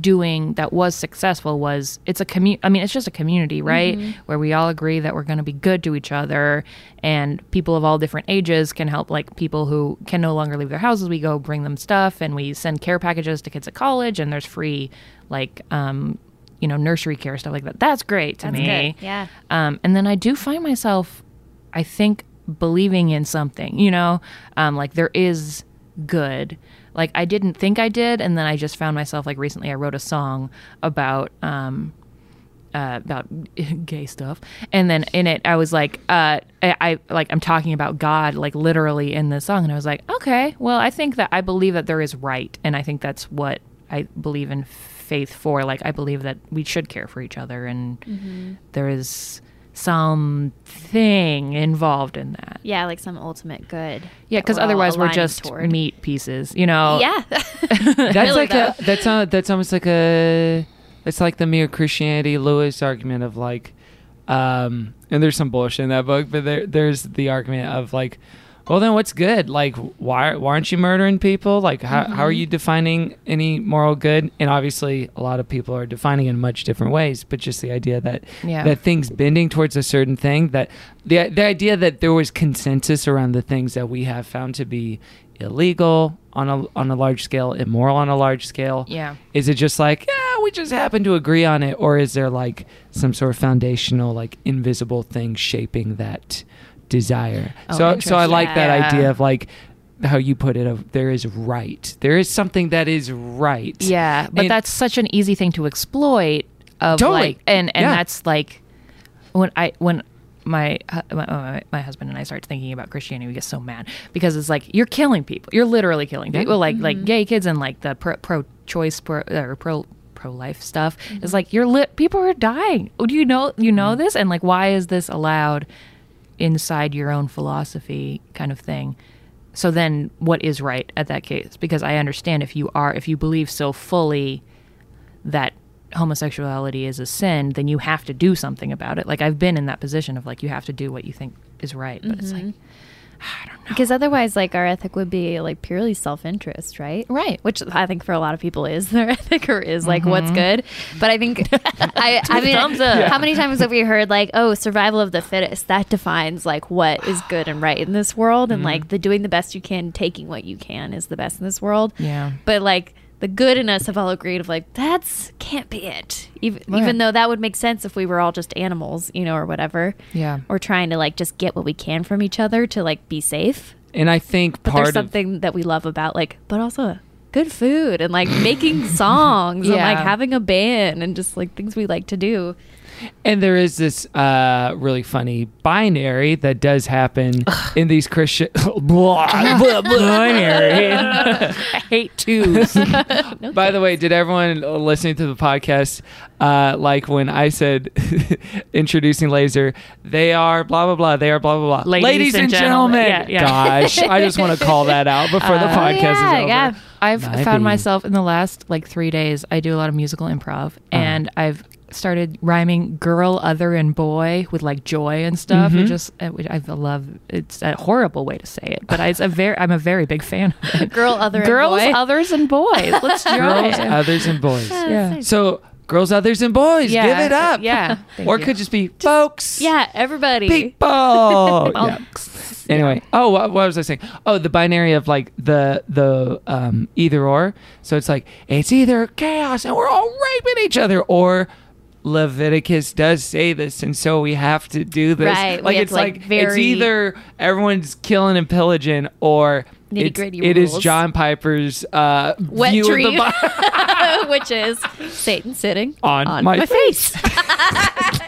doing that was successful was it's a commu I mean it's just a community, right? Mm-hmm. Where we all agree that we're going to be good to each other and people of all different ages can help like people who can no longer leave their houses, we go bring them stuff and we send care packages to kids at college and there's free like um you know nursery care stuff like that. That's great to That's me. good. Yeah. Um, and then I do find myself, I think, believing in something, you know, um, like there is good. Like I didn't think I did. And then I just found myself, like recently, I wrote a song about. Um, uh, about gay stuff, and then in it, I was like, uh, I, I like I'm talking about God, like literally in this song, and I was like, okay, well, I think that I believe that there is right, and I think that's what I believe in faith for. Like I believe that we should care for each other, and there is something involved in that. Yeah. Like some ultimate good. Yeah, that because all otherwise we're aligned just toward. meat pieces, you know. Yeah. That's like like a, that's a, that's almost like a it's like the mere Christianity Lewis argument of like um and there's some bullshit in that book but there there's the argument of like well then what's good like why why aren't you murdering people like how how are you defining any moral good and obviously a lot of people are defining it in much different ways but just the idea that Yeah. that things bending towards a certain thing that the the idea that there was consensus around the things that we have found to be illegal on a on a large scale, immoral on a large scale. Yeah. Is it just like, yeah, we just happen to agree on it or is there like some sort of foundational like invisible thing shaping that desire? so so I Oh, interesting. like that Yeah. idea of like how you put it of there is right. There is something that is right. Yeah, but And- that's such an easy thing to exploit. Of Totally. like, and and Yeah. that's like when I when my, hu- my my my husband and I start thinking about Christianity, we get so mad because it's like you're killing people. You're literally killing people, like like gay kids and like the pro pro choice pro or pro pro life stuff. It's like you're lit. People are dying. Oh, Do you know you know Mm-hmm. this? And like, why is this allowed inside your own philosophy kind of thing? So then, what is right at that case? Because I understand if you are, if you believe so fully that homosexuality is a sin, then you have to do something about it. Like I've been in that position of like you have to do what you think is right, but it's Mm-hmm. like Because otherwise, like our ethic would be like purely self-interest, right? Right. Which I think for a lot of people is their ethic or is like what's good. But I think I, I mean, thumbs up. how many times have we heard like, oh, survival of the fittest? That defines like what is good and right in this world, and like the doing the best you can, taking what you can is the best in this world. Yeah. But like the good in us have all agreed of like that's can't be it. Even Right. even though that would make sense if we were all just animals, you know, or whatever. Yeah. Or trying to like just get what we can from each other to like be safe And I think but part there's of something that we love about like but also good food and like making songs and like Yeah. having a band and just like things we like to do And there is this uh, really funny binary that does happen in these Christian binary. I hate twos. By the way, did everyone listening to the podcast uh, like when I said introducing laser? They are blah blah blah. They are blah blah blah. Ladies and gentlemen. Yeah, Oh, yeah. Gosh, I just want to call that out before the podcast yeah, is over. yeah. I've Might found be. myself in the last like three days. I do a lot of musical Uh-huh. improv, and I've started rhyming "girl," "other," and "boy" with like joy and stuff. Mm-hmm. It just uh, which I love. It's a horrible way to say it, but I, it's a very. I'm a very big fan. of it. girl other Girls, and boy. others, and boys. Let's try Girls, it. others, and boys. yeah. So girls, others, and boys, Yeah, give it up. yeah. Thank or it you. could just be folks. yeah everybody people. yeah. Anyway, oh, what, what was I saying? Oh, the binary of like the the um, either or. So it's like it's either chaos and we're all raping each other, or Leviticus does say this, and so we have to do this. Right, we Like have it's to, like, like it's very- either everyone's killing and pillaging, or it's, Nitty-gritty it is rules. John Piper's uh, Wet view of the dream. Bible which is satan sitting on, my, face. Uh,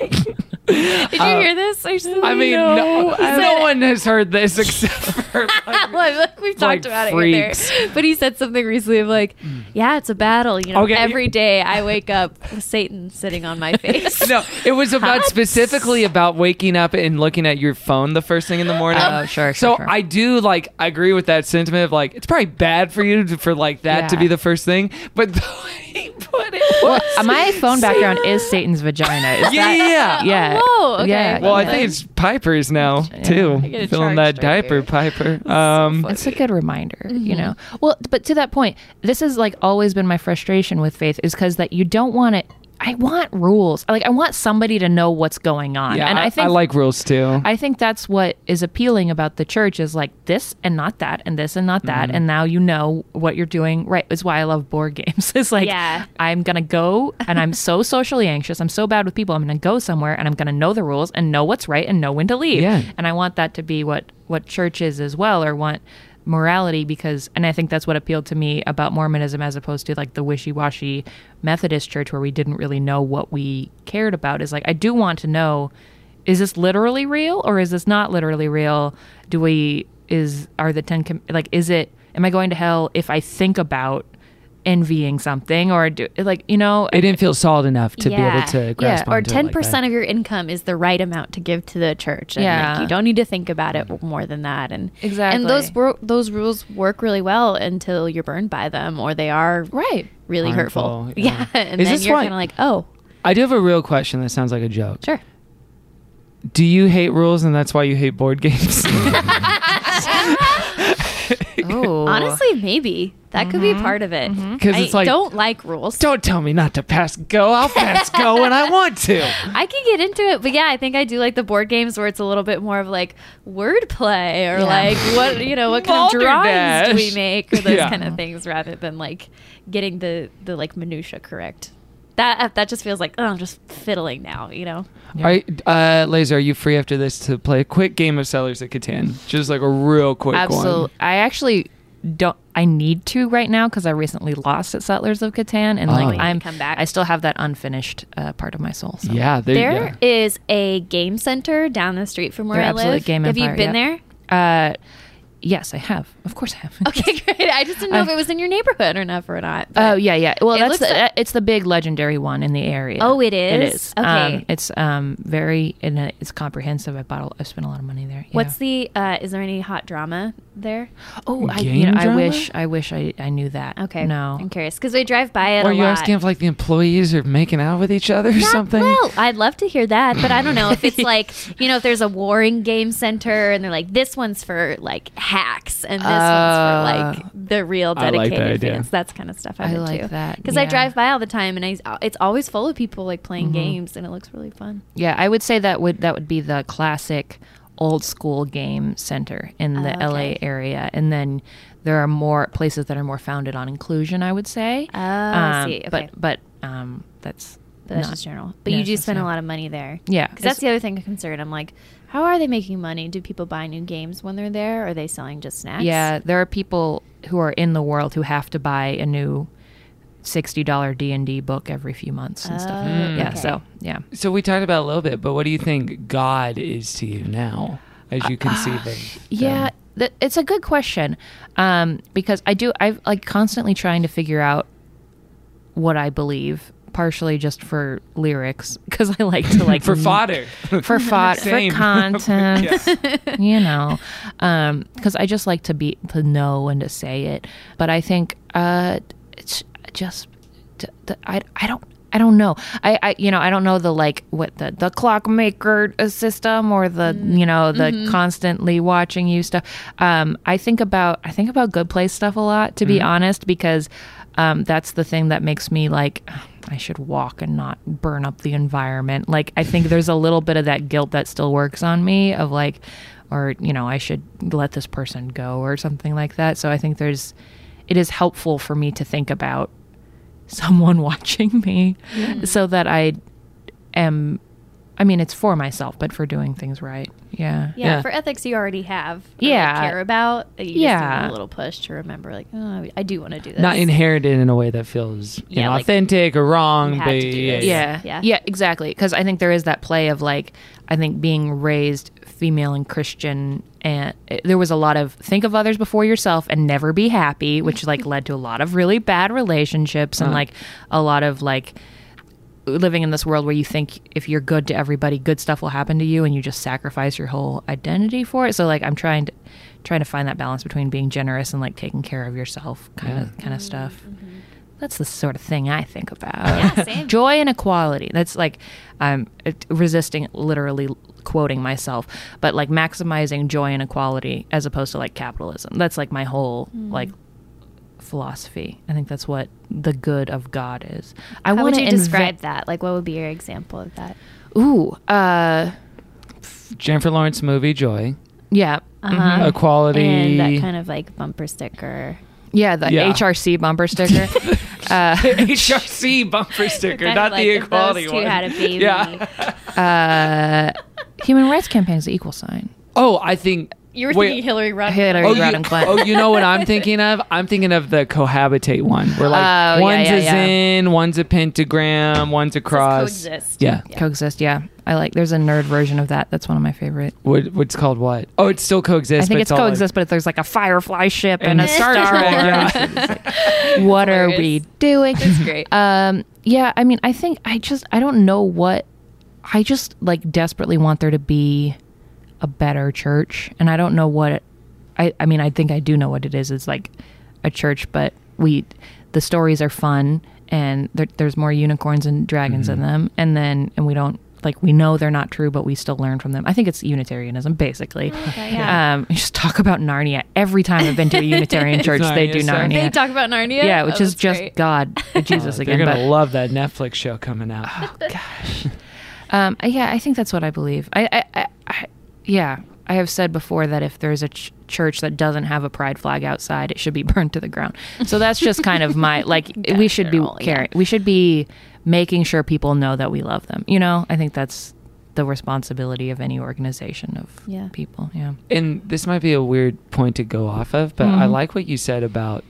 did you hear this i, just, I mean, no, no one has heard this except for like, Well, look, we've Like Mm. talked about it in there. But he said something recently of like, yeah, it's a battle. You know, Okay, Every you- day I wake up with Satan sitting on my face. No, it was about specifically about waking up and looking at your phone the first thing in the morning. Oh, sure, sure, So sure. I do like I agree with that sentiment of like it's probably bad for you to, for like that to Yeah. be the first thing, but the way he put it was Uh, My phone background is Satan's vagina. Is yeah, yeah, yeah. that, yeah. Oh, okay. Yeah. Well, I think it's Piper's now too. get a Filling charge that right diaper, here. Piper. Um, It's a good reminder, Mm-hmm. you know. Well, but to that point, this has like always been my frustration with faith is because that you don't want to. I want rules. Like I want somebody to know what's going on, yeah, and I, think I like rules too. I think that's what is appealing about the church is like this and not that and this and not that Mm-hmm. and now you know what you're doing right is why I love board games. It's like Yeah. I'm gonna go and I'm so socially anxious, I'm so bad with people, I'm gonna go somewhere and I'm gonna know the rules and know what's right and know when to leave. Yeah. And I want that to be what what church is as well or want morality because and I think that's what appealed to me about Mormonism as opposed to like the wishy-washy Methodist church where we didn't really know what we cared about is like I do want to know is this literally real or is this not literally real do we is are the 10 com- like is it am i going to hell if i think about envying something or do like you know it didn't feel solid enough to be Yeah. able to grasp onto it Or like ten that. percent of your income is the right amount to give to the church. And Yeah. like, you don't need to think about it more than that. And Exactly. And those wor- those rules work really well until you're burned by them, or they are right really Harmful, hurtful. yeah. Yeah. And Is then this you're why- kind of like, oh, I do have a real question that sounds like a joke. sure. Do you hate rules and that's why you hate board games? oh Honestly, maybe that could mm-hmm. be part of it. 'Cause it's I like- don't like rules. Don't tell me not to pass go. I'll pass go when I want to. I can get into it, but yeah, I think I do like the board games where it's a little bit more of like wordplay or like what you know what kind of drawings do Balderdash. we make or those Yeah. kind of things rather than like getting the the like minutia correct. That that just feels like oh, I'm just fiddling now, you know. Are, uh, Laser, are you free after this to play a quick game of Sellers at Catan? Just like a real quick one. absolutely i actually don't i need to right now because i recently lost at settlers of catan and Oh. like You i'm come back. i still have that unfinished uh, part of my soul so. Yeah, there, There yeah. is a game center down the street from where They're I absolute live. game Have you empire, been yeah. there? uh Yes, I have. Of course, I have. Okay, great. I just didn't know if it was in your neighborhood or not or not. but- Oh yeah, yeah. Well, It that's looks the, like- uh, it's the big legendary one in the area. Oh, it It is? is. Okay. Um, it's um very and uh, it's comprehensive. I bought. A, I spent a lot of money there. What's the? Uh, is there any hot drama there? the? Oh, I, Game you know, I drama? wish. I wish I, I knew that. Okay, No. I'm curious because we drive by it Or a are you lot. asking if like the employees are making out with each other or Not- something? Well, I'd love to hear that, but I don't know if it's like you know if there's a warring game center and they're like this one's for like hacks and this Uh, one's for like the real I like that dedicated idea. fans. That's kind of stuff I I'm like into. that, because I yeah. Mm-hmm. drive by all the time and I, it's always full of people like playing games and it looks really fun. Yeah, I would say that would that would be the classic old school game center in the Oh, okay. LA area, and then there are more places that are more founded on inclusion. I would say. Um, Oh, I see. Okay. But but um, that's But that's not- just general. But yeah, you do that's spend a not- lot of money there. Yeah, Because that's the other thing I'm concerned. I'm like, how are they making money? Do people buy new games when they're there? Or are they selling just snacks? Yeah, there are people who are in the world who have to buy a new sixty dollar D and D book every few months and stuff. yeah, Oh, okay. so yeah, so we talked about it a little bit, but what do you think God is to you now, as you conceive Uh, of? yeah. them? Th- it's a good question um, because I do. I've like constantly trying to figure out what I believe, partially just for lyrics because I like to like for fodder. for fod Same. for content you know because i just like to be to know and to say it but i think uh it's just t- t- I, I don't I don't know. I, I you know I don't know the like what the the clockmaker uh, system or the you know the constantly watching you stuff. Um, I think about I think about good place stuff a lot to be honest because um, that's the thing that makes me like I should walk and not burn up the environment. Like I think there's a little bit of that guilt that still works on me of like or you know I should let this person go or something like that. So I think there's it is helpful for me to think about someone watching me so that I am I mean it's for myself but for doing things right. Yeah. Yeah, Yeah. for ethics you already have. or, Yeah. Like, care about. You just yeah. Yeah. a little push to remember, like, oh, I do want to do this. Not inherited in a way that feels Yeah, like, inauthentic or wrong, you had but to do yeah, this. yeah. Yeah. Yeah. Yeah. exactly. Cuz I think there is that play of like I think being raised female and Christian and it- there was a lot of think of others before yourself and never be happy which like led to a lot of really bad relationships and like a lot of like living in this world where you think if you're good to everybody, good stuff will happen to you, and you just sacrifice your whole identity for it. So like I'm trying to trying to find that balance between being generous and like taking care of yourself, kind of Mm-hmm. kind of stuff. That's the sort of thing I think about. same. Joy and equality. That's like I'm it- resisting literally quoting myself, but like maximizing joy and equality as opposed to like capitalism. That's like my whole Mm. like philosophy. I think that's what the good of God is. I How would want to you describe that? Like, what would be your example of that? Ooh, uh, Jennifer Lawrence movie Joy, yeah, Uh-huh. equality. And that kind of like bumper sticker. yeah, the Yeah. HRC bumper sticker. HRC bumper sticker, Kind of not like the if equality those two one. had a baby. Yeah. Human rights campaign is the equal sign. Oh, I think You were Wait. thinking Hillary Rodham. Hillary Oh, Rodham you, Clinton. oh, you know what I'm thinking of? I'm thinking of the cohabitate one, where like Oh, yeah, one's yeah, a yeah. zen, one's a pentagram, one's a cross. coexist. Yeah. Coexist, yeah. I like. There's a nerd version of that. That's one of my favorite. What, what's called what? Oh, it's still coexist. I think but it's all like- coexist, but there's like a firefly ship And and, a Star Star Wars. Trek, what are we doing? That's great. Um, yeah, I mean, I think I just I don't know what I just like desperately want there to be a better church, and I don't know what it, I I mean, I think I do know what it is. It's like a church, but we the stories are fun, and there, there's more unicorns and dragons Mm-hmm. in them, and then and we don't like we know they're not true, but we still learn from them. I think it's Unitarianism, basically. Oh, yeah. Um, you just talk about Narnia every time I've been to a Unitarian church. they do Narnia, sorry. Narnia. They talk about Narnia. yeah, which Oh, is that's just great. God, Jesus They're again. gonna but- love that Netflix show coming out. Um, I- yeah, I think that's what I believe. I, I, I, I yeah, I have said before that if there's a ch- church that doesn't have a pride flag outside, it should be burned to the ground. So that's just kind of my like. we should be General, yeah. caring. We should be making sure people know that we love them. You know, I think that's the responsibility of any organization of Yeah. people. Yeah. and this might be a weird point to Mm-hmm. go off of, but I like what you said about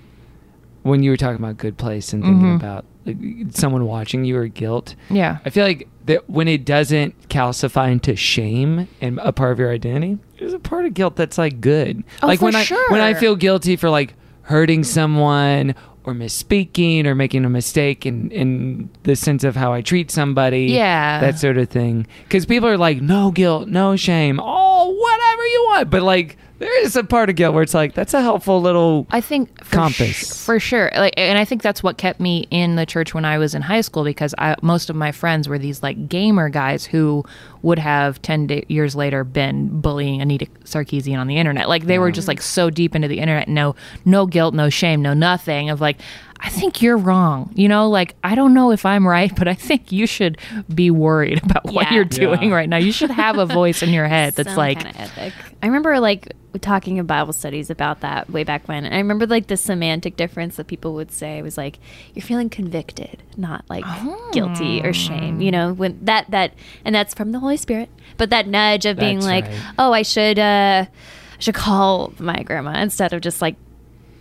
when you were talking about good place and thinking about like, someone watching you or guilt. Mm-hmm. Yeah. I feel like that when it doesn't calcify into shame and a part of your identity, there's a part of guilt that's like good. Oh, like for when I when I sure. feel guilty for like hurting someone or misspeaking or making a mistake in, in the sense of how I treat somebody. Yeah. That sort of thing. Because people are like, no guilt, no shame. Oh, whatever you want. But like there is a part of guilt where it's like, that's a helpful little I think for Compass. sh- for sure. Like, and I think that's what kept me in the church when I was in high school because I, most of my friends were these like gamer guys who would have ten da- years later been bullying Anita Sarkeesian on the internet. Like they were just like so deep into the internet, no, no guilt, no shame, no nothing. Of like, I think you're wrong. You know, like I don't know if I'm right, but I think you should be worried about what Yeah. you're doing right now. You should have a voice in your head that's Some like. kinda ethic. I remember like talking in Bible studies about that way back when, and I remember like the semantic difference that people would say was like you're feeling convicted, not like guilty Oh. or shame. You know, when that that and that's from the Holy Spirit, but that nudge of being That's like, right. oh, I should uh, I should call my grandma instead of just like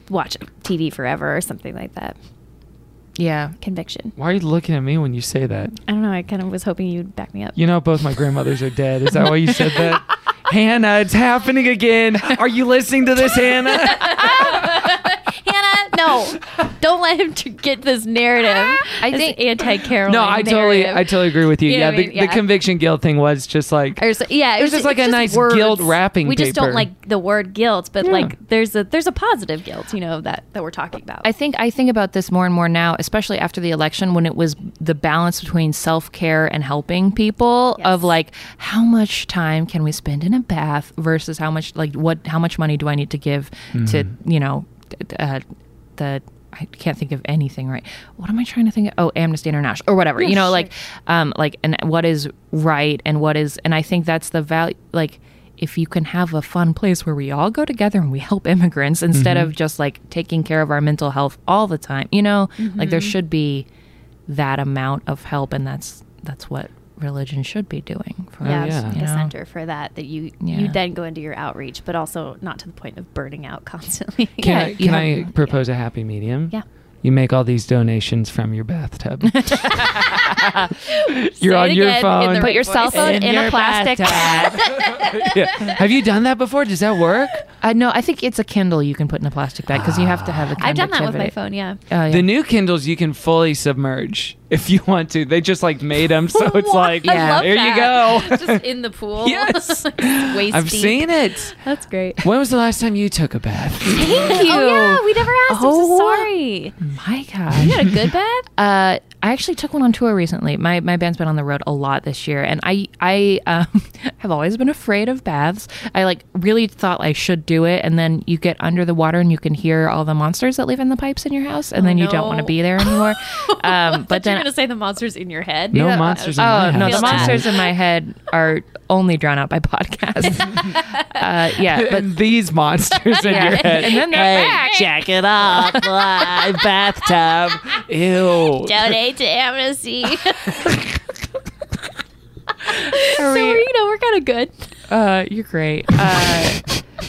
watch TV forever or something like that. Yeah, Conviction. Why are you looking at me when you say that? I don't know. I kind of was hoping you'd back me up. You know, both my grandmothers are dead. Is that why you said that? Hannah, it's happening again. Are you listening to this, Hannah? Hannah, no, don't let him to get this narrative. I think anti Caroline. No, I totally, I totally agree with you. You know yeah, what I the, mean? Yeah. the conviction guilt thing was just like Or so, yeah, It was just like a nice guilt wrapping We just paper. don't like the word guilt, but Yeah. like there's a there's a positive guilt, you know that that we're talking about. I think I think about this more and more now, especially after the election when it was the balance between self care and helping people of like how much time can we spend in a bath versus how much like what how much money do I need to give to you know t- uh, the I can't think of anything right. What am I trying to think? Of? Oh, Amnesty International or whatever. you know, like, um, like, and what is right and what is, and I think that's the value. Like, if you can have a fun place where we all go together and we help immigrants instead Mm-hmm. of just like taking care of our mental health all the time you know like Mm-hmm. there should be that amount of help and that's that's what religion should be doing for yeah, us oh, yeah. the you know? center for that that you you Yeah. then go into your outreach, but also not to the point of burning out constantly. Can Yeah, I, you can I have- propose a happy medium? Yeah. You make all these donations from your bathtub. You're Say on it your again phone. in the Put right your voice. cell phone In in a your plastic bathtub. yeah. Have you done that before? Does that work? uh, no i think it's a kindle you can put in a plastic bag because you have to have a I've done that with conductivity. my phone. Yeah. Oh, yeah. The new Kindles you can fully submerge if you want to. They just like made them, so it's like I love there that. you go. Just in the pool. Yes. Waist I've deep. seen it. That's great. When was the last time you took a bath? Thank you. Oh yeah, we never asked. I'm so Oh. sorry. my gosh You had a good bath? Uh, I actually took one on tour recently. My my band's been on the road a lot this year, and I I um, have always been afraid of baths. I like really thought I should do it, and then you get under the water and you can hear all the monsters that live in the pipes in your house, and then you don't Oh, no. want to be there anymore. um, but you're then gonna say the monsters in your head. No monsters in oh my no, house. the Feel that. monsters in my head are only drawn out by podcasts. uh, yeah, but and these monsters in your head. and then they're back. Check it out. My bathtub. Ew. Donate to Amnesty. so Are we- you know we're kind of good. Uh, you're great. Uh,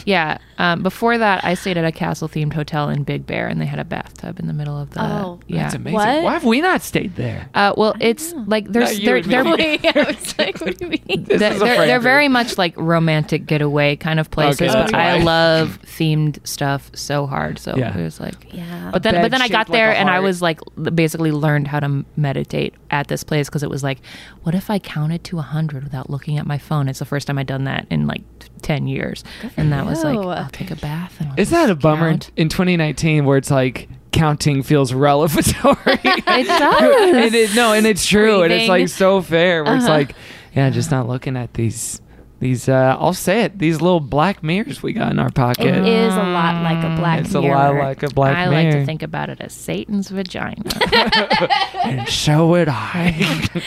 yeah. Um, before that, I stayed at a castle themed hotel in Big Bear, and they had a bathtub in the middle of the. Oh. yeah. That's amazing. Oh. What? Why have we not stayed there? Uh, well, it's like Not there's you they're and me. they're, they're, I was like, what do you mean? This they're, is a friend they're group. very much like romantic getaway kind of places, Okay, but that's I why. love themed stuff so hard. So Yeah. it was like, Yeah. But then, bed but then I shaped got like there a and I heart. was like, l- basically learned how to meditate at this place because it was like, what if I counted to hundred without looking at my phone? It's the first time I'd done that in like t- ten years, and that was like, you. I'll take a bath. And I'll Is that just a bummer in- count. in 2019 where it's like counting feels revelatory? It does. Uh-huh. and it, no, and it's true, and it's Breathing. like so fair. Where it's like, yeah, just not looking at these these. Uh, I'll say it. These little black mirrors we got in our pocket. It is a lot like a black It's a mirror. lot like a black I mirror. like to think about it as Satan's vagina. And so would I.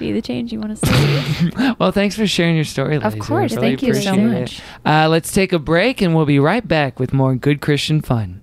Be the change you want to see. well, thanks for sharing your story, Of Liza. course, Really thank you so appreciate much. it. Uh, let's take a break, and we'll be right back with more good Christian fun.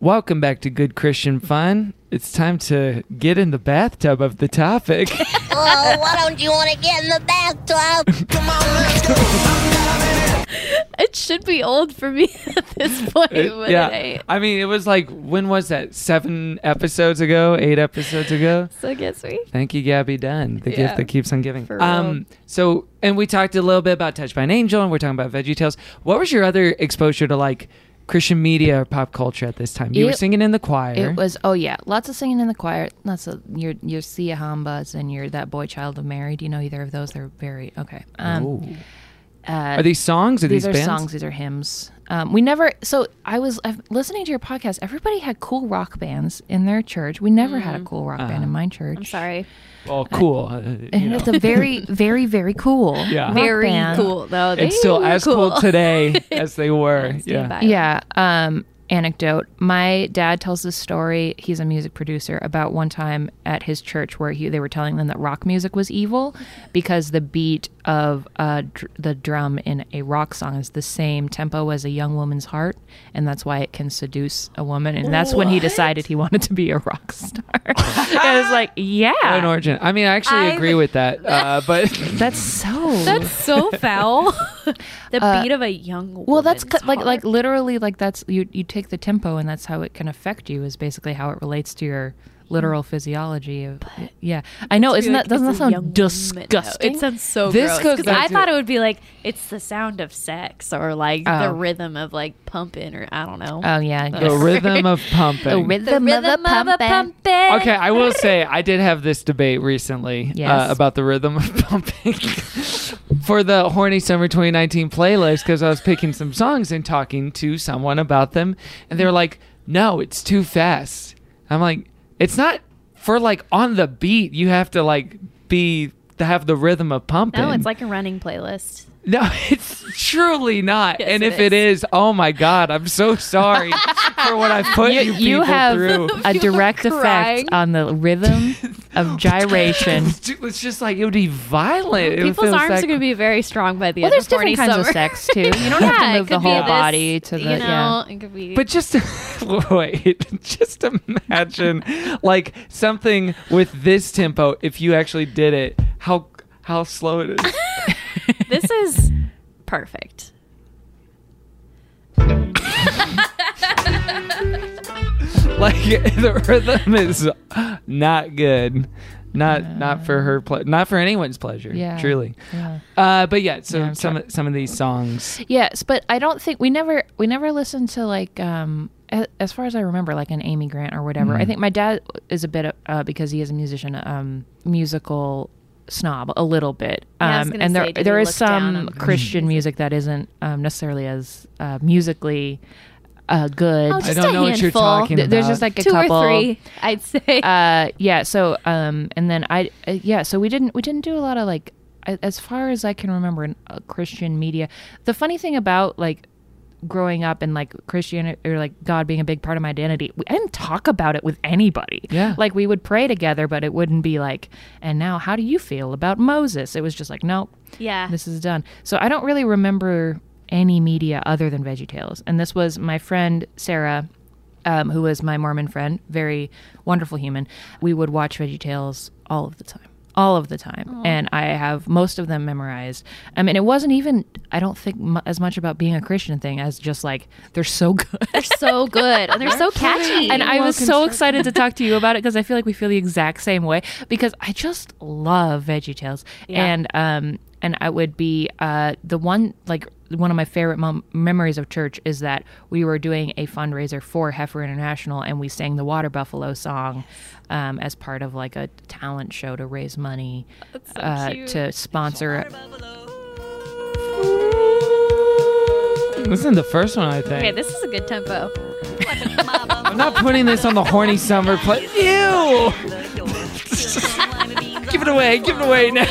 Welcome back to Good Christian Fun. It's time to get in the bathtub of the topic. oh, why don't you want to get in the bathtub? Come on, let's go. It should be old for me at this point. It- wouldn't yeah. it? I mean, it was like, when was that? Seven episodes ago? Eight episodes ago? So guess we. Thank you, Gabby Dunn, the Yeah. gift that keeps on giving. For real. Um, so, and we talked a little bit about Touched by an Angel, and we're talking about Veggie Tales. What was your other exposure to like Christian media or pop culture at this time? You were It- singing in the choir. It was oh yeah, lots of singing in the choir. Lots of your your Sia Hambas and your that boy child of Mary. Do you know either of those? They're very okay. Ooh. Um, uh, Are these songs? Are these are bands? songs. These are hymns. Um, we never. So I was i listening to your podcast. Everybody had cool rock bands in their church. We never had a cool rock Uh-huh. band in my church. I'm Mm. sorry. Oh, cool. Uh, you And know. it's a very, very, very cool. Yeah. rock Very band. cool though. They it's still were as cool, today as they were. yeah. by. Yeah. Um, anecdote. My dad tells this story. He's a music producer about one time at his church where he they were telling them that rock music was evil because the beat of uh, dr- the drum in a rock song is the same tempo as a young woman's heart, and that's why it can seduce a woman. And that's when he decided he wanted to be a rock star. I was like, yeah, What an origin. I mean, I actually I've- agree with that, uh, but that's so. That's so foul. the beat of a young woman. Uh, Well, that's cu- like like literally like that's you you take the tempo and that's how it can affect you is basically how it relates to your Hmm. literal physiology of yeah. I know isn't that doesn't that sound disgusting? It sounds so This gross. goes 'cause back I to- thought it would be like it's the sound of sex or like the Oh. rhythm of like pumping or I don't know. Oh yeah, The the rhythm of pumping. the rhythm of a pumping. Okay, I will say I did have this debate recently Yes. uh, about the rhythm of pumping for the Horny Summer 2019 playlist because I was picking some songs and talking to someone about them, and they were like, "No, it's too fast." I'm like, "It's not for like on the beat. You have to like be to have the rhythm of pumping." No, it's like a running playlist. No, it's truly not. Yes, and it if it is, oh my God, I'm so sorry for what I put you, You, people you have through. a direct crying. effect on the rhythm of gyration. Dude, It's just like it would be violent. It People's feels arms like- are going to be very strong by the well, end there's of horny different kinds summer. of sex too. You don't yeah, have it to move the could be whole this, body to the you know, yeah. it could be. But just wait, just imagine like something with this tempo. If you actually did it, how how slow it is. this is perfect. like the rhythm is not good. Not not for her ple- not for anyone's pleasure. Yeah. Truly. Yeah. Uh, but yeah, so some of some of these songs. Yes, but I don't think we never we never listened to like um a- as far as I remember like an Amy Grant or whatever. I Mhm. think my dad is a bit uh, because he is a musician um musical snob a little bit. Um Yeah, I was gonna and there say, did he there is look down on some Christian Christian music that isn't um, necessarily as uh, musically uh, good. Oh, just I don't a know what you're handful. talking Th- There's about. just like a Two or couple three, I'd say. Uh yeah, so um and then I uh, yeah, so we didn't we didn't do a lot of like a- as far as I can remember in uh, Christian media. The funny thing about like growing up and like Christian or like God being a big part of my identity, we, I didn't talk about it with anybody. Yeah. Like we would pray together, but it wouldn't be like, and now how do you feel about Moses? It was just like, nope. Yeah. This is done. So I don't really remember any media other than Veggie Tales. And this was my friend Sarah, um, who was my Mormon friend, very wonderful human. We would watch Veggie Tales all of the time. All of the time, and I have most of them memorized. I mean, it wasn't even—I don't think mu as much about being a Christian thing as just like they're so good. They're so good. And they're so catchy. And I was so excited to talk to you about it because I feel like we feel the exact same way because I just love Veggie Tales. Yeah. And um and I would be uh the one like one of my favorite mom- memories of church is that we were doing a fundraiser for Heifer International and we sang the Water Buffalo song um, as part of like a talent show to raise money uh, to sponsor. This isn't the first one I think. Okay, this is a good tempo. I'm not putting this on the horny summer play. Ew! give it away, give it away now.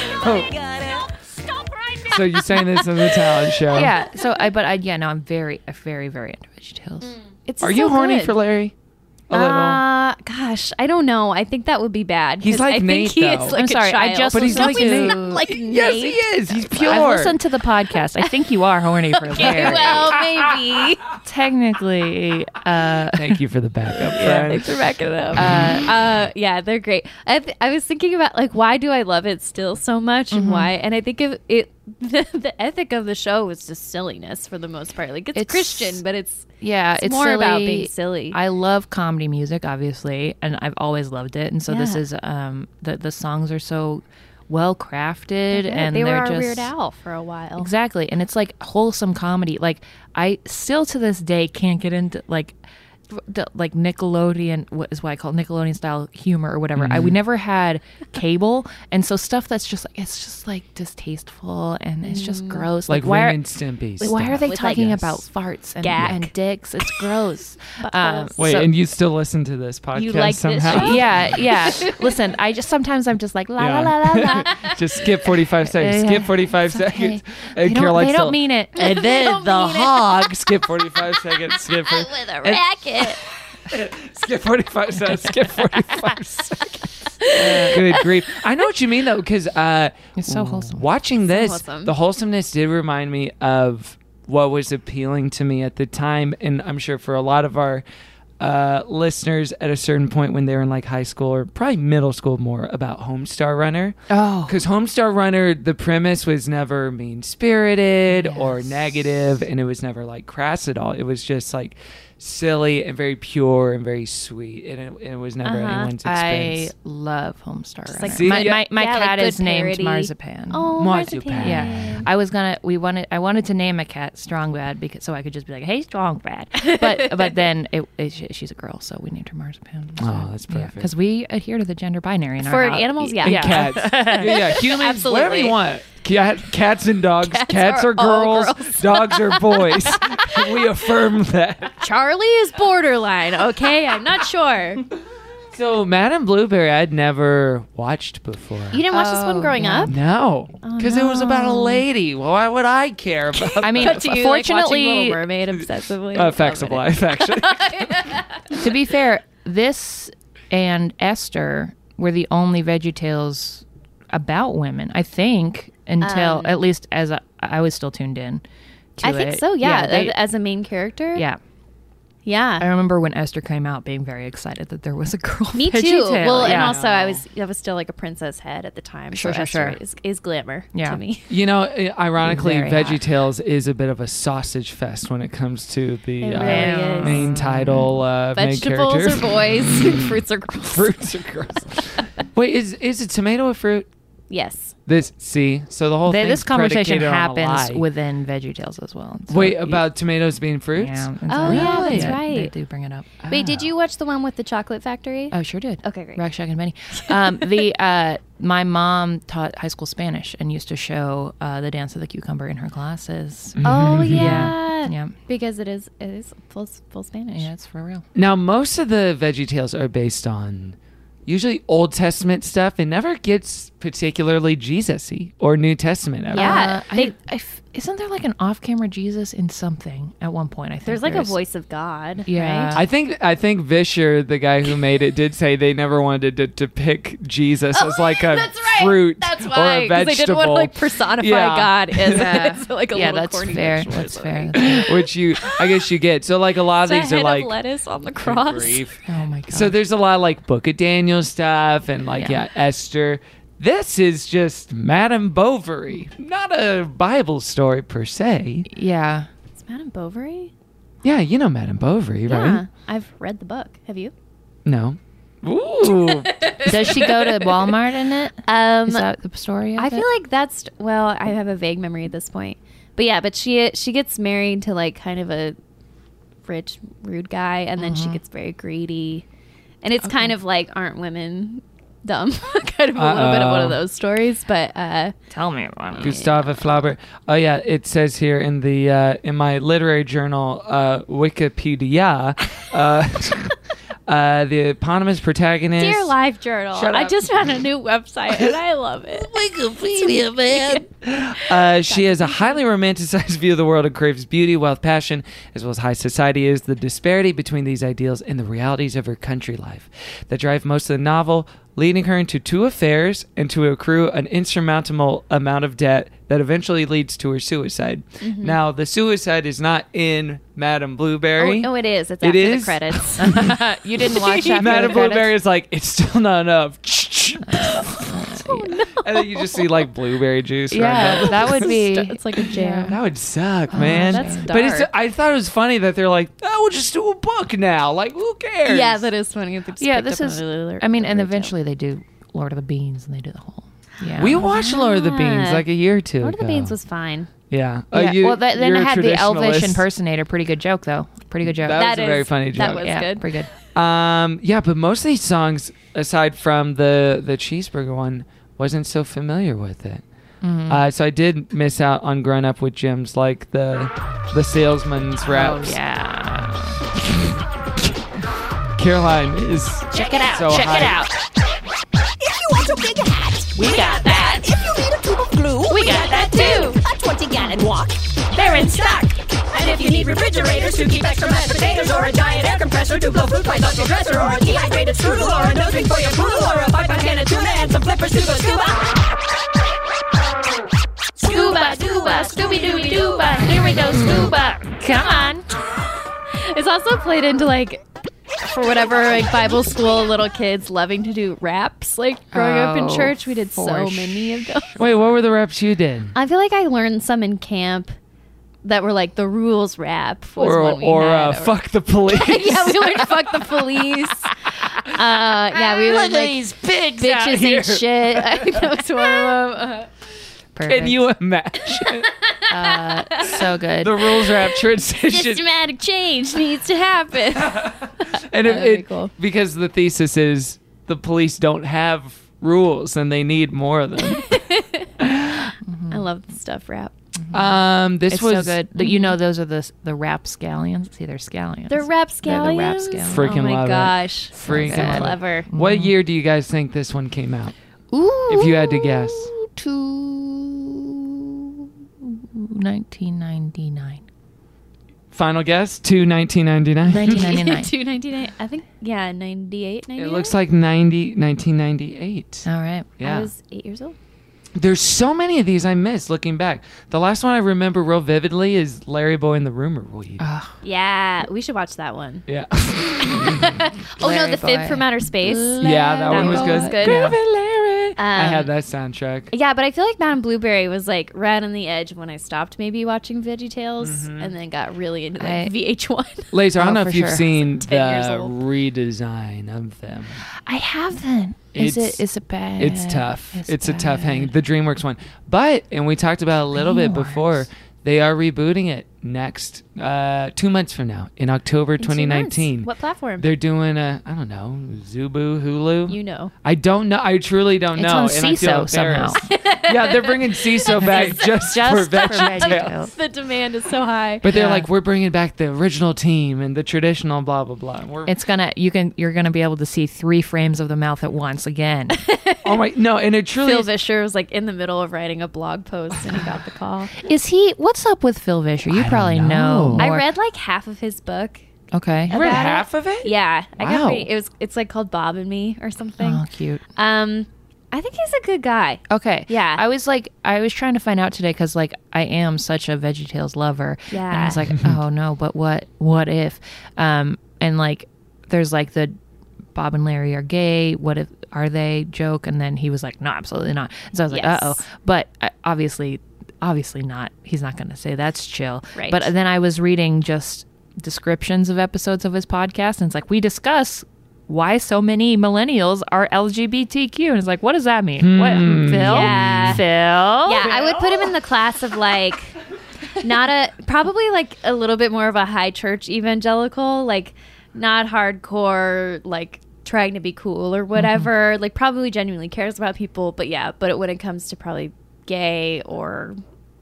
so you're saying this is a talent show? Yeah, so I but I yeah no I'm very very very into Veggie Tales. It's Are so you horny good. for Larry? A little. Um, Uh, gosh, I don't know. I think that would be bad. He's 'cause like I Nate, think he though. is like I'm sorry, a I child. just No, listened he's to- not like Nate. yes, he is. He's pure. I've listened to the podcast. I think you are horny for Okay, Larry. well, maybe. Technically, uh, Thank you for the backup, Yeah, friend. thanks for backing it Um, up. Uh, yeah, they're great. I, th- I was thinking about like why do I love it still so much Mm-hmm. and why, and I think if it the, the ethic of the show is just silliness for the most part. Like it's, It's- Christian, but it's yeah, it's, more about silly. being silly. I love comedy music, obviously, and I've always loved it. And so this Yeah. is um, the the songs are so well crafted, Yeah, and they were are our just Weird Al for a while. Exactly. And it's like wholesome comedy. Like I still to this day can't get into like the, like Nickelodeon what is what I call Nickelodeon style humor or whatever. I we Mm-hmm. never had cable and so stuff that's just like it's just like distasteful and it's just gross. like why Ren are, and Stimpy. like, why are stuff. they Mm. With, like, talking yes. about farts and, Gack. and dicks? It's gross. um, Wait, so- and you still listen to this podcast You like this somehow? show? yeah, yeah. Listen, I just sometimes I'm just like la Yeah. la la la la. Just skip 45 seconds. Yeah. Skip 45 It's okay. seconds. They And don't, Caroline's they don't still- mean it. And then the hog. Skip 45 seconds. Skip. 40, With a racket. skip 45 seconds. Skip 45 seconds. Good grief. I know what you mean, though, because uh, It's so wholesome. watching this, wholesome. the wholesomeness did remind me of what was appealing to me at the time. And I'm sure for a lot of our uh, listeners at a certain point when they were in like high school or probably middle school more about Homestar Runner. Oh. Because Homestar Runner, the premise was never mean spirited or negative, and it was never like crass at all. It was just like silly and very pure and very sweet, and it, it was never anyone's Uh-huh. I expense. love Homestar Runner. like- See? my Yeah. my, my Yeah, like cat good is named parody. Marzipan. Oh, Marzipan. marzipan. Yeah, I was gonna. We wanted. I wanted to name a cat Strong Bad because so I could just be like, "Hey, Strong Bad." But but then it, it she- she's a girl, so we named her Marzipan. Oh, that's perfect. Because we adhere to the gender binary in our For house. animals, yeah. and cats, yeah, yeah, humans, whatever Absolutely. you want. Cat, cats and dogs. Cats, are are, all girls, Dogs are boys. we affirm that. Charlie is borderline. Okay, I'm not sure. You So, Madame Blueberry, I'd never watched before. didn't watch this Oh, one growing up. no, Oh, because it was about a lady. Why would I care about? I mean, Do you like watching Little fortunately, Mermaid obsessively. uh, facts of life, actually. to be fair, this and Esther were the only Veggie Tales about women, I think, until at least as I, I was still tuned in. to Um, I think it. so. Yeah, they- as a main character. yeah. Yeah. I remember when Esther came out being very excited that there was a girl. Me too. veggie tail. Well, and Yeah. also I was I was still like a princess head at the time. Sure, so sure, Esther sure. Is, is glamour to me. You know, i- ironically, Very hot. VeggieTales is a bit of a sausage fest when it comes to the It uh, really is. main title uh, Vegetables main are character. boys, fruits are girls. Fruits are girls. Wait, is is a tomato a fruit? Yes. This see, so the whole They- thing's this conversation predicated on a happens lie. within VeggieTales as well. So Wait you- about tomatoes being fruits? Yeah. Oh e- yeah, that's Yeah, right. They do bring it up. Wait, did you watch the one with the chocolate factory? Uh, I sure did. Okay, great. Rack Shack and Benny. Um, the uh, my mom taught high school Spanish and used to show uh, the dance of the cucumber in her classes. Oh yeah. yeah, yeah. Because it is it is full full Spanish. Yeah, it's for real. Now, most of the Veggie Tales are based on usually Old Testament stuff. It never gets particularly Jesus-y or New Testament. Ever. Yeah, Uh, they- I, I f- isn't there like an off-camera Jesus in something at one point? I think There's like a there's- voice of God. Yeah. Right? I think I think Vischer, the guy who made it, did say they never wanted to depict Jesus as like a Oh, That's right. fruit That's or why. a vegetable. 'cause they didn't want to like personify Yeah. God as Yeah. as, like a yeah, little that's corny fair. vegetable or That's fair. something. That's fair. which you I guess you get. So like a lot of It's a these are head like of lettuce on the cross. grief. Oh my god. So there's a lot of like Book of Daniel stuff and like yeah, Yeah. Esther. This is just Madame Bovary, not a Bible story per se. yeah. It's Madame Bovary. Yeah, you know Madame Bovary, Yeah, right? I've read the book. Have you? No. Ooh. Does she go to Walmart in it? Um, Is that the story? Of I it? feel like that's well, I have a vague memory at this point. But yeah, but she she gets married to like kind of a rich, rude guy, and then she gets very greedy, and it's kind of like aren't women dumb? kind of a little bit of one Uh-oh. of those stories. But uh, Tell me about it. Gustave Flaubert. Oh yeah, it says here in the uh, in my literary journal uh, Wikipedia, uh, uh, the eponymous protagonist. dear life journal, Shut I up. just found a new website and I love it. Wikipedia, man. Uh, she has a highly romanticized view of the world and craves beauty, wealth, passion, as well as high society. It Is the disparity between these ideals and the realities of her country life that drive most of the novel, leading her into two affairs and to accrue an insurmountable amount of debt that eventually leads to her suicide. Mm-hmm. Now, the suicide is not in Madame Blueberry. Oh, it is. It's It after is? the credits. you didn't watch after Madame the credits? Blueberry is like, it's still not enough. And then you just see like blueberry juice. run Oh, Yeah, down. that would be. it's like a jam. That would suck, man. that's But it's, dark. I thought it was funny that they're like, oh, we'll just do a book now. Like, who cares? Yeah, that is funny. if they just yeah, picked this up is. another- I mean, and another tale. eventually they do Lord of the Beans, and they do the whole. Yeah. We watched Lord of the Beans Yeah. like a year or two Lord of the ago. Beans was fine. Yeah. Uh, Yeah. you- well, that, then you're I a had the elvish traditionalist. impersonator. Pretty good joke, though. Pretty good joke. That was That a very is- funny that joke. was yeah, good. pretty good. Um, yeah, but most of these songs, aside from the the cheeseburger one, wasn't so familiar with it. Uh, so I did miss out on growing up with gyms like the the salesman's raps. Oh, Yeah. Caroline is check it out. So check it out. If you want a big hat, we got that. If you need a tube of glue, we got that too. A 20 gallon wok, they're in stock. And if you need refrigerators to keep extra mashed potatoes, or a giant air compressor to blow food pies off your dresser, or a dehydrated strudel, or a nose ring for your poodle, or a five pound can of tuna, and some flippers to go scuba. Scuba, duba, Scooby Dooby Dooba. Here we go, Mm. scuba. Come on. It's also played into like, for whatever, like Bible school little kids loving to do raps. Like growing up in Oh, church, we did so for many of those. Wait, what were the raps you did? I feel like I learned some in camp that were like the rules rap. Was Or one we or had. uh, fuck the police. Yeah, we learned fuck the police. Uh, yeah, we learned like pigs bitches ain't shit. I think that was one of them. Uh, Perfect. Can you imagine So good. the rules rap transition? systematic change needs to happen. and if that'd be it- cool. because the thesis is the police don't have rules and they need more of them. I love the stuff rap. um, this it's so was good. But You Mm-hmm. know, those are the s- the rap scallions. See, they're scallions. The rap They're the rap scallions. scallions. Freaking oh my love it. gosh. Freaking so love it. clever. Mm-hmm. What year do you guys think this one came out? Ooh, If you had to guess. to 1999. Final guess to 1999. 1999. 299. I think yeah, 98, It looks like 90, 1998. All right. Yeah. I was 8 years old. There's so many of these I missed looking back. The last one I remember real vividly is Larry Boy and the Rumor Weed. Uh, Yeah, we should watch that one. Yeah. oh no, Larry the fib Boy. from outer space. yeah, that, one was good. Yeah. Larry. I had that soundtrack. Yeah, but I feel like Madame Blueberry was like right on the edge when I stopped maybe watching VeggieTales Mm-hmm. and then got really into that VH1. Laser, I don't know if you've seen the It's like 10 years old. redesign of them. I haven't. Is It's- it? Is it bad? It's tough. It's, a tough hang. The DreamWorks one, but and we talked about it a little bit before. They are rebooting it next uh, two months from now in October two 2019. months. What platform? They're doing a I don't know Zubu Hulu. You know. I don't know. I truly don't It's know. Oh, on and I feel CISO somehow. embarrassed. yeah, they're bringing CISO back just, for VeggieTales. the demand is so high. But they're like, we're bringing back the original team and the traditional blah blah blah. We're, It's gonna. You can. You're gonna be able to see three frames of the mouth at once again. oh my no, and it truly Phil Vischer was like in the middle of writing a blog post and he got the call. Is he? What's up with Phil Vischer? You probably know. I more- read like half of his book. Okay. about it. of it? Yeah, I Wow. got pretty, it was. It's like called Bob and Me or something. Oh, cute. Um, I think he's a good guy. Okay. Yeah. I was like, I was trying to find out today because, like, I am such a VeggieTales lover. And I Yeah. was like, oh no, but what? What if? Um, and like, there's like the Bob and Larry are gay. What if are they joke? And then he was like, no, absolutely not. And so I was like, Yes. uh oh. But uh, obviously, obviously not. He's not going to say that's chill. Right. But then I was reading just descriptions of episodes of his podcast, and it's like we discuss. Why so many millennials are LGBTQ? And it's like, what does that mean? What, Hmm. Phil? Yeah. Phil? Oh, Yeah, I would put him in the class of like not a probably like a little bit more of a high church evangelical, like not hardcore, like trying to be cool or whatever. Mm-hmm. Like probably genuinely cares about people, but yeah, but when it comes to probably gay or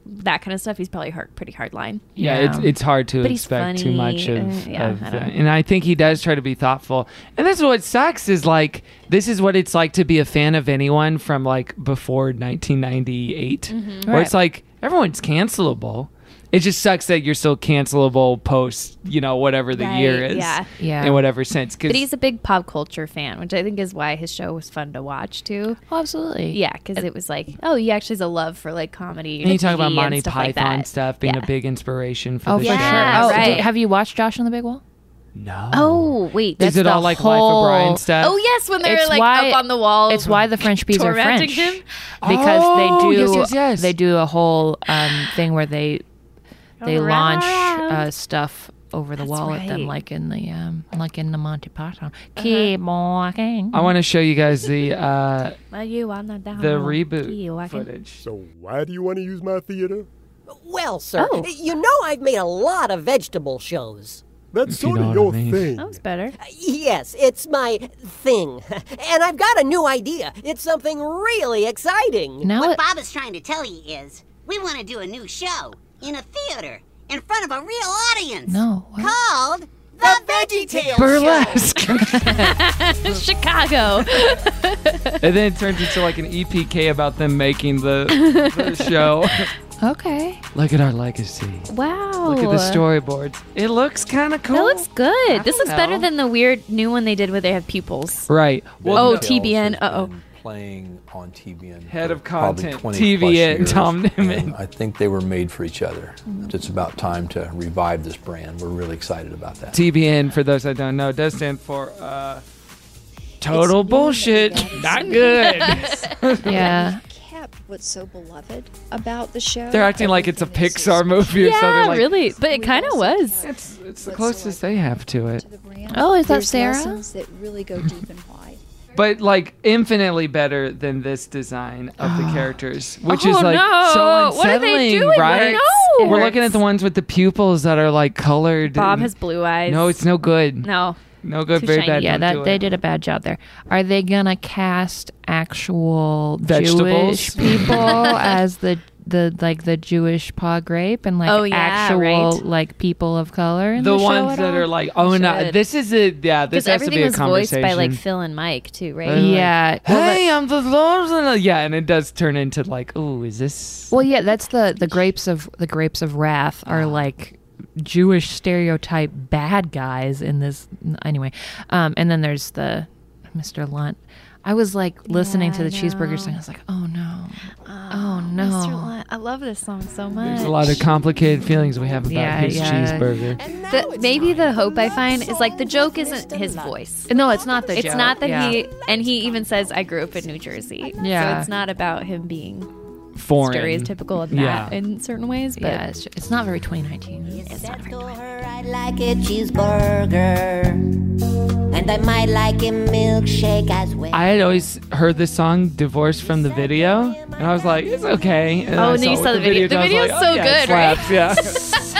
that kind of stuff, he's probably hard, pretty hard line. Yeah, it's Yeah. it's hard to But he's expect too funny, much of, and- yeah, of I uh, don't know. and I think he does try to be thoughtful. And this is what sucks is like this is what it's like to be a fan of anyone from like before 1998, Mm-hmm. where it's like everyone's cancelable. It just sucks that you're still cancelable post, you know, whatever the year Right, is, yeah. Yeah. in whatever sense. Because But he's a big pop culture fan, which I think is why his show was fun to watch too. Oh, absolutely. Yeah, because it was like, oh, he actually has a love for like comedy. and you talk TV about and Monty stuff like Python that. stuff being Yeah. a big inspiration for Oh, the for show. Yeah, sure. Oh, right. did- have you watched Josh on the Big Wall? No. Oh wait, is it the all like Life of Brian whole- stuff? Oh yes, when they're It's like why- up on the wall. It's why the French bees are Oh, tormenting French him? because Oh, they do yes, yes, yes. they do a whole um, thing where they they launch uh, Around. stuff over the wall at them, right. Uh-huh. like in the um, like in the Monty Python. Keep walking. I want to show you guys the uh, Well, you are not down the on you, Oh, I reboot can- footage. So why do you want to use my theater? Well, sir, Oh. you know I've made a lot of vegetable shows. That's You sort know of what your I mean. thing. That was better. Yes, it's my thing. And I've got a new idea. It's something really exciting. Now What it- Bob is trying to tell you is we want to do a new show in a theater in front of a real audience. no. Oh, what? Called The Veggie Tales. Burlesque. Chicago. and then it turns into like an EPK about them making the, the show. Okay. Look at our legacy. Wow. Look at the storyboards. It looks kind of cool. That looks good. This don't looks better know. than the weird new one they did where they have pupils. Right. oh, Well, Tales TBN. has Uh oh. been Playing on TBN. Head for of probably content, 20 TBN, plus years, Tom Newman. and I think they were made for each other. It's about time to revive this brand. We're really excited about that. TBN, for those that don't know, does stand for uh, total bullshit. Not good. Yeah. kept what's so beloved about the show. They're acting like it's a Pixar movie or Yeah, something. Like, really. But it kind of was. It's, it's the closest they have to it. Oh, is that There's Sarah? lessons that really go deep and wide. but like infinitely better than this design of the characters, which is Oh, like no. so unsettling, What are they doing? right? No. We're looking at the ones with the pupils that are like colored. Bob and- has blue eyes. No, it's no good. No. no good. too Very shiny. bad. Yeah, Don't that do they it. did a bad job there. Are they gonna cast actual Vegetables? Jewish people as the the like the Jewish pod grape and like Oh, yeah, actual right. like people of color? In The, the, show ones at that all? are like, oh no, Should. this is a yeah. This has Because to everything be a was voiced conversation. by like Phil and Mike too, right? They're like, Yeah. Well, Hey, I'm the Lord. of the-" Yeah, and it does turn into like, oh, is this? Well, yeah, that's the the grapes of the grapes of wrath are like Jewish stereotype bad guys in this. Anyway, um, and then there's the Mr. Lunt. I was like listening Yeah, to I the cheeseburger know. song. I was like, oh no, Oh, no. Mr. Lyon- I love this song so much. There's a lot of complicated feelings we have about Yeah, his yeah. cheeseburger. The, maybe the hope I find is like the joke isn't his voice. No, it's not the It's joke. not that Yeah. he and he even says I grew up in New Jersey. Yeah. So it's not about him being Foreign. stereotypical of that Yeah. in certain ways, but Yeah, it's, it's not very 2019. It's not very I like a cheeseburger, and I might like a milkshake as well. I had always heard this song "Divorced from the Video," and I was like, "It's okay." And Oh, I and then you it saw with the video. The and I was video's like, so oh, yeah, it good, right? slaps,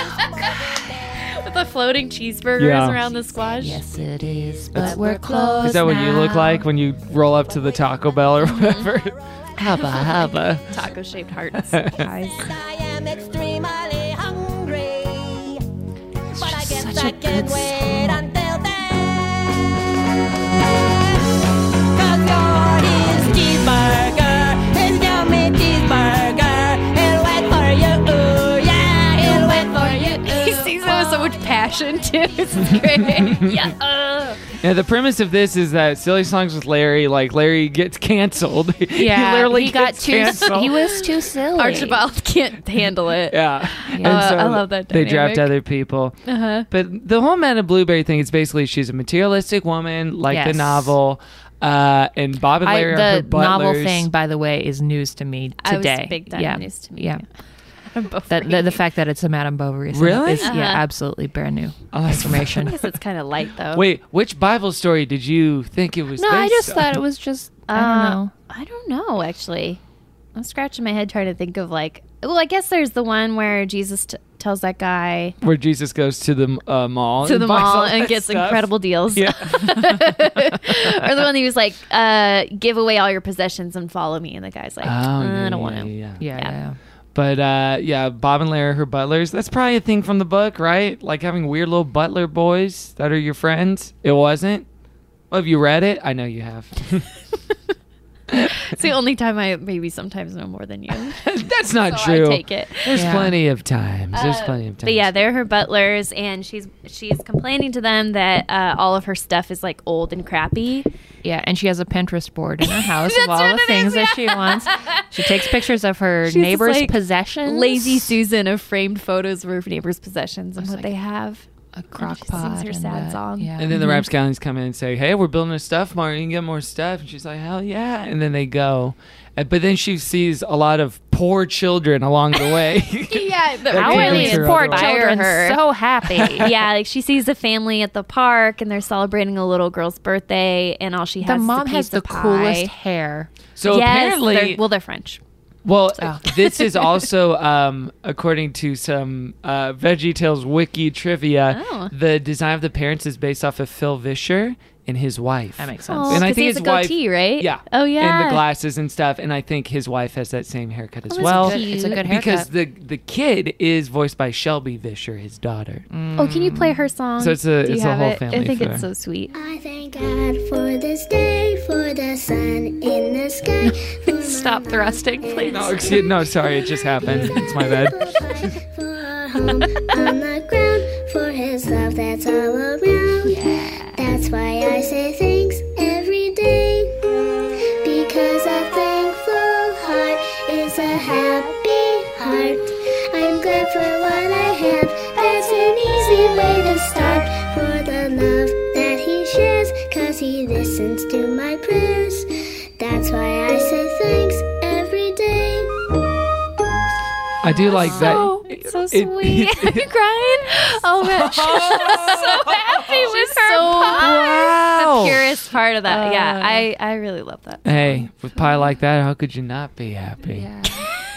Yeah. with the floating cheeseburgers Yeah. around the squash. Yes, it is, but we're close. Is that what you look like when you roll up to the Taco Bell or Mm-hmm. whatever? Hubba hubba. Taco shaped hearts. pies. extremely hungry. But I guess such a I can good wait until then. Cause you're his cheeseburger, his yummy cheeseburger. He'll wait for you, ooh, yeah, he'll wait for you. He sings it with so much passion too. It's great. yeah. uh. Yeah, the premise of this is that Silly Songs with Larry, like Larry gets canceled. Yeah, he literally he got gets too- canceled. he was too silly. Archibald can't handle it. Yeah. And Uh, so I love that. They draft dynamic. other people. Uh-huh. But the whole Madame Blueberry thing is basically she's a materialistic woman, like the Yes. novel. Uh, and Bob and I, Larry are her the novel butlers. thing, by the way, is news to me I was today. big time yeah. news to me, Yeah. Bovary. That, the, the fact that it's a Madame Bovary is- Really? is Uh-huh. yeah, absolutely brand new Oh, that's- information. I guess it's kind of light though. Wait, which Bible story did you think it was? no, I based just on? thought it was just I don't Uh, know. I don't know actually. I'm scratching my head trying to think of like. Well, I guess there's the one where Jesus t- tells that guy where Jesus goes to the uh, mall, to and the buys all mall and that gets stuff. incredible deals. Yeah. or the one he was like, uh, "Give away all your possessions and follow me," and the guy's like, Oh, "Uh, yeah, "I don't want yeah, to." yeah, Yeah, yeah. But uh, yeah, Bob and Larry, are her butlers. That's probably a thing from the book, right? Like having weird little butler boys that are your friends. It wasn't. Well, have you read it? I know you have. It's the only time I maybe sometimes know more than you. That's not So I true. take it. There's Yeah. plenty of times. There's Uh, plenty of times. But yeah, they're her butlers, and she's she's complaining to them that uh, all of her stuff is like old and crappy. Yeah, and she has a Pinterest board in her house That's of all what the it is, things that she yeah. wants. She takes pictures of her She's just, neighbor's like, possessions. Lazy Susan of framed photos of her neighbors' possessions and what they have. A crock she pot. sings her and sad a- song. Yeah. And then the rapscallions come in and say, "Hey, we're building a stuff mart. You can get more stuff." And she's like, "Hell yeah!" And then they go, Uh, but then she sees a lot of poor children along the way. Yeah, the That really convinces her poor otherwise. children her. so happy. yeah, like she sees the family at the park and they're celebrating a little girl's birthday, and all she The has is mom a piece has the of pie. coolest hair. So Yes, apparently, they're- well, they're French. Well, Oh. this is also, um, according to some uh, VeggieTales wiki trivia, Oh. the design of the parents is based off of Phil Vischer and his wife. That makes sense. Oh, And I 'cause he think has a his wife- goatee, right? Yeah. Oh yeah. Oh, And the glasses and stuff. And I think his wife has that same haircut as that's well. cute. It's a good haircut. Because the the kid is voiced by Shelby Vischer, his daughter. Mm. Oh, can you play her song? So it's a- Do you it's a have whole it? I family think it's affair. so sweet. I thank God for this day, for the sun in the sky. Stop thrusting, please. No, excuse, Oh, no, sorry, it just happened. It's my bad. home on the ground for his love that's all around. That's why I say thanks every day. Because a thankful heart is a happy heart. I'm glad for what I have. That's an easy way to start. For the love that he shares, cause he listens to my prayers. That's why I say thanks every day. I do like So, that. it's so it- sweet. it- Are you crying? Oh man, she's so happy with her pie. Wow. The purest part of that. yeah, I I really love that. Hey, with pie like that, how could you not be happy?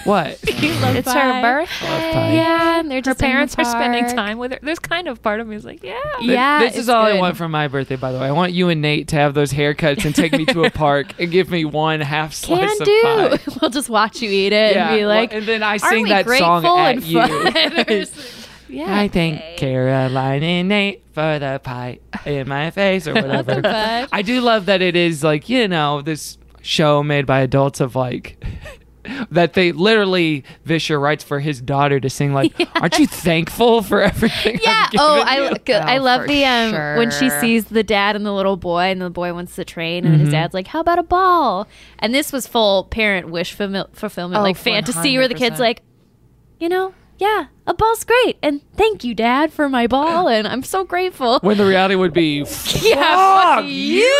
What? It's her birthday. Yeah, and they're Her just in the parents are spending park. time with her. There's kind of part of me is like, yeah. Th- Yeah, this is it's all I good. want for my birthday, by the way. I want you and Nate to have those haircuts and take me to a park and give me one half Can slice of do. pie. we'll just watch you eat it Yeah, and be well, like, and then I "Aren't sing we that song grateful at and you. fun?" Or something. yeah, I thank Caroline and Nate for the pie in my face or whatever. fuck? I do love that it is like you know this show made by adults of like that they literally Vischer writes for his daughter to sing like, "Aren't you thankful for everything?" Yeah. I've given Oh, I you?" good. I Oh, love for the um when she sure. sees the dad and the little boy, and the boy wants the train, and his Mhm. dad's like, "How about a ball?" And this was full parent wish fulfill- fulfillment, Oh, like fantasy, where the kid's 100%. like, you know, yeah, a ball's great, and thank you, dad, for my ball, and I'm so grateful. when the reality would be, yeah, Fuck fuck you.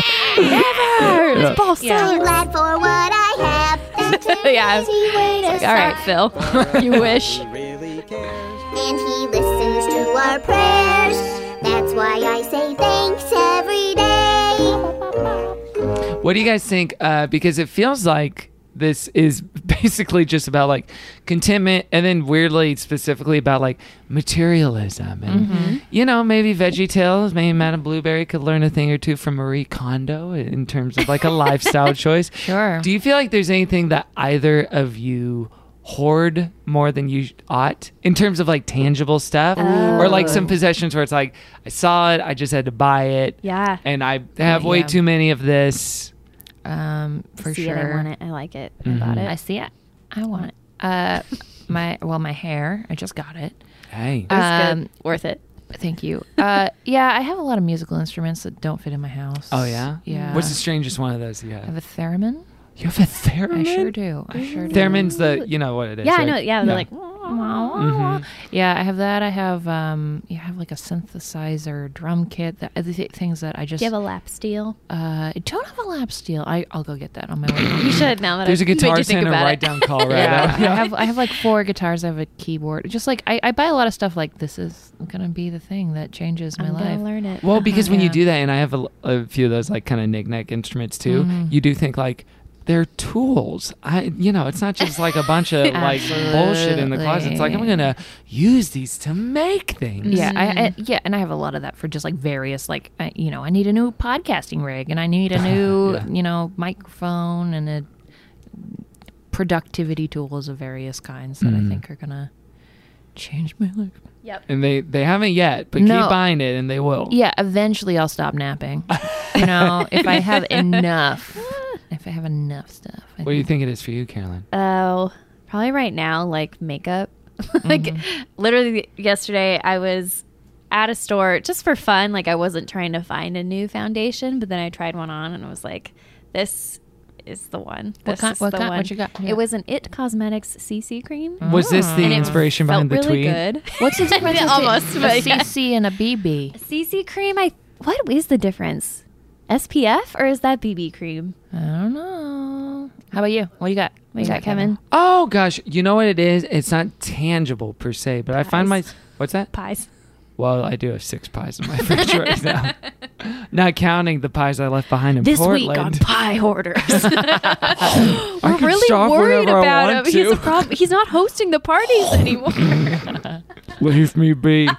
Never. This ball I'm sucks. glad for what I have. yeah. Easy way to It's like, all right, Phil. you wish. and he listens to our prayers. That's why I say thanks every day. What do you guys think? Uh, because it feels like this is basically just about like contentment, and then weirdly, specifically about like materialism, and you know, maybe Veggie Tales, maybe Madame Blueberry could learn a thing or two from Marie Kondo in terms of like a lifestyle choice. Sure. Do you feel like there's anything that either of you hoard more than you ought in terms of like tangible stuff, or like some possessions where it's like I saw it, I just had to buy it, Yeah. and I have Yeah, way yeah. too many of this. Um, for See sure. it. I want it. I like it. Mhm. I got it. I see it. I want it. Uh, my well, my hair. I just got it. Hey. It was good. Um, Worth it. Thank you. Uh, yeah, I have a lot of musical instruments that don't fit in my house. Oh yeah. Yeah. What's the strangest one of those you I have? have a theremin. You have a theremin. I sure do. I sure do. Theremin's the you know what it is. Yeah, I right? know. Yeah, they're like, Mm-hmm. Mhm. Yeah, I have that. I have um, you have like a synthesizer, drum kit, the other th- things that I just do you have a lap steel? uh, I don't have a lap steel. I I'll go get that on my way. You should now that There's a I've made guitar you think center about write it. down call right Yeah, out. I have I have like four guitars. I have a keyboard. Just like I, I buy a lot of stuff. Like this is gonna be the thing that changes my I'm life. gonna learn it. Well, because when you Yeah. do that, and I have a, a few of those like kind of knick-knack instruments too, Mm-hmm. you do think like they're tools. I, you know, it's not just like a bunch of like bullshit in the closet. It's like I'm Absolutely. gonna use these to make things. Yeah, I, Mm. I, yeah, and I have a lot of that for just like various like I, you know I need a new podcasting rig and I need a new Yeah. you know microphone and a productivity tools of various kinds that I Mhm. think are gonna change my life. And they they haven't yet, but No. keep buying it, and they will. Yeah, eventually I'll stop napping. you know, if I have enough, if I have enough stuff. I What do you think- think it is for you, Carolyn? Oh, probably right now, like makeup. like literally yesterday, I was at a store just for fun. Like I wasn't trying to find a new foundation, but then I tried one on and I was like, this is the one. What This kind- is what the kind- one. what you got? Yeah. It was an It Cosmetics CC cream. Mm. Was this the And it inspiration felt behind the really tweet? Good. What's the difference between Almost, a but yeah. CC and a BB? CC cream, I what is the difference? SPF or is that BB cream? I don't know. How about you? What do you got? What you got, Kevin? Oh gosh, you know what it is? It's not tangible per se, but I find my Pies. what's that? Pies. Well, I do have six pies in my fridge right now, not counting the pies I left behind in This Portland. week on Pie Hoarders. I We're can really stop worried whenever I about him. want He's a to. problem. He's not hosting the parties anymore. Leave me be. uh,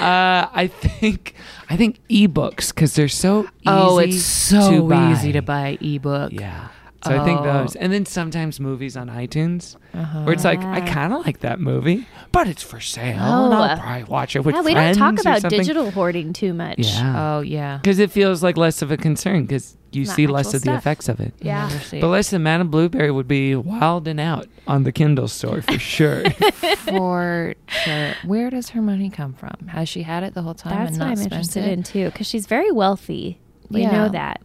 I think I think ebooks because they're so easy Oh, it's so to buy. easy to buy ebook. Yeah. So I think Oh. those, and then sometimes movies on iTunes, where it's like I kind of like that movie, but it's for sale. and Uh-huh. Oh. I'll probably watch it with yeah, we don't friends talk or about something. digital hoarding too much. Yeah, Oh yeah. because it feels like less of a concern because you Not see less actual of the stuff. effects of it. Yeah. Never see But it. less than Madame Blueberry would be wild and out on the Kindle store for sure. for sure. Where does her money come from? Has she had it the whole time That's and what not I'm spent interested it? in too, because she's very wealthy. We Yeah. know that.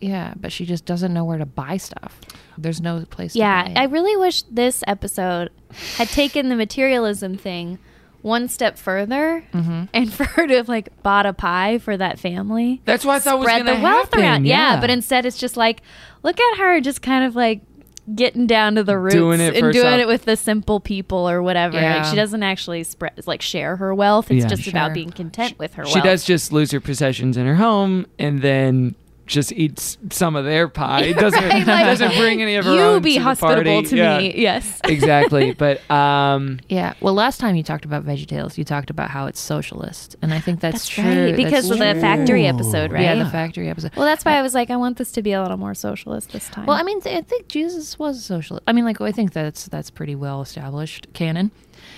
Yeah, but she just doesn't know where to buy stuff. There's no place. Yeah, to buy I it. really wish this episode had taken the materialism thing one step further Mm-hmm. and for her to have like bought a pie for that family. That's what I thought was spread gonna the wealth happen, around. Yeah. yeah. but instead it's just like look at her just kind of like getting down to the roots Doing it for and doing herself. it with the simple people or whatever. Yeah. Like she doesn't actually spread like share her wealth. It's Yeah. just Sure. about being content with her she wealth. does just lose her possessions in her home and then just eats some of their pie. It doesn't Right, like, doesn't bring any of her you own be to the hospitable party. to Yeah. me. Yes. exactly. But um, Yeah. Well, last time you talked about VeggieTales, you talked about how it's socialist, and I think that's, That's true. right, because that's of the true. factory episode, right? Yeah, the factory episode. Well, that's why I was like, I want this to be a little more socialist this time. Well, I mean, th- I think Jesus was a socialist. I mean, like, I think that's that's pretty well established canon.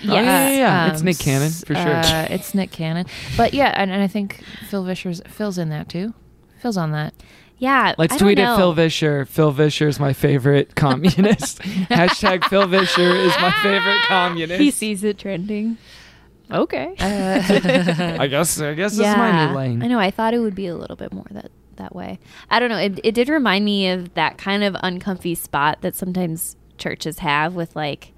Um, Oh, yeah, yeah, yeah. um, It's Nick Cannon, s- for sure. uh, it's Nick Cannon, but yeah, and, and I think Phil Vischer's Phil's in that too. Phil's on that. Yeah, Let's I don't tweet know. at Phil Vischer. Phil Vischer is my favorite communist. Hashtag Phil Vischer is my favorite communist. He sees it trending. Okay. I guess I guess this is my new lane. I know. I thought it would be a little bit more that that way. I don't know. It, it did remind me of that kind of uncomfy spot that sometimes churches have with like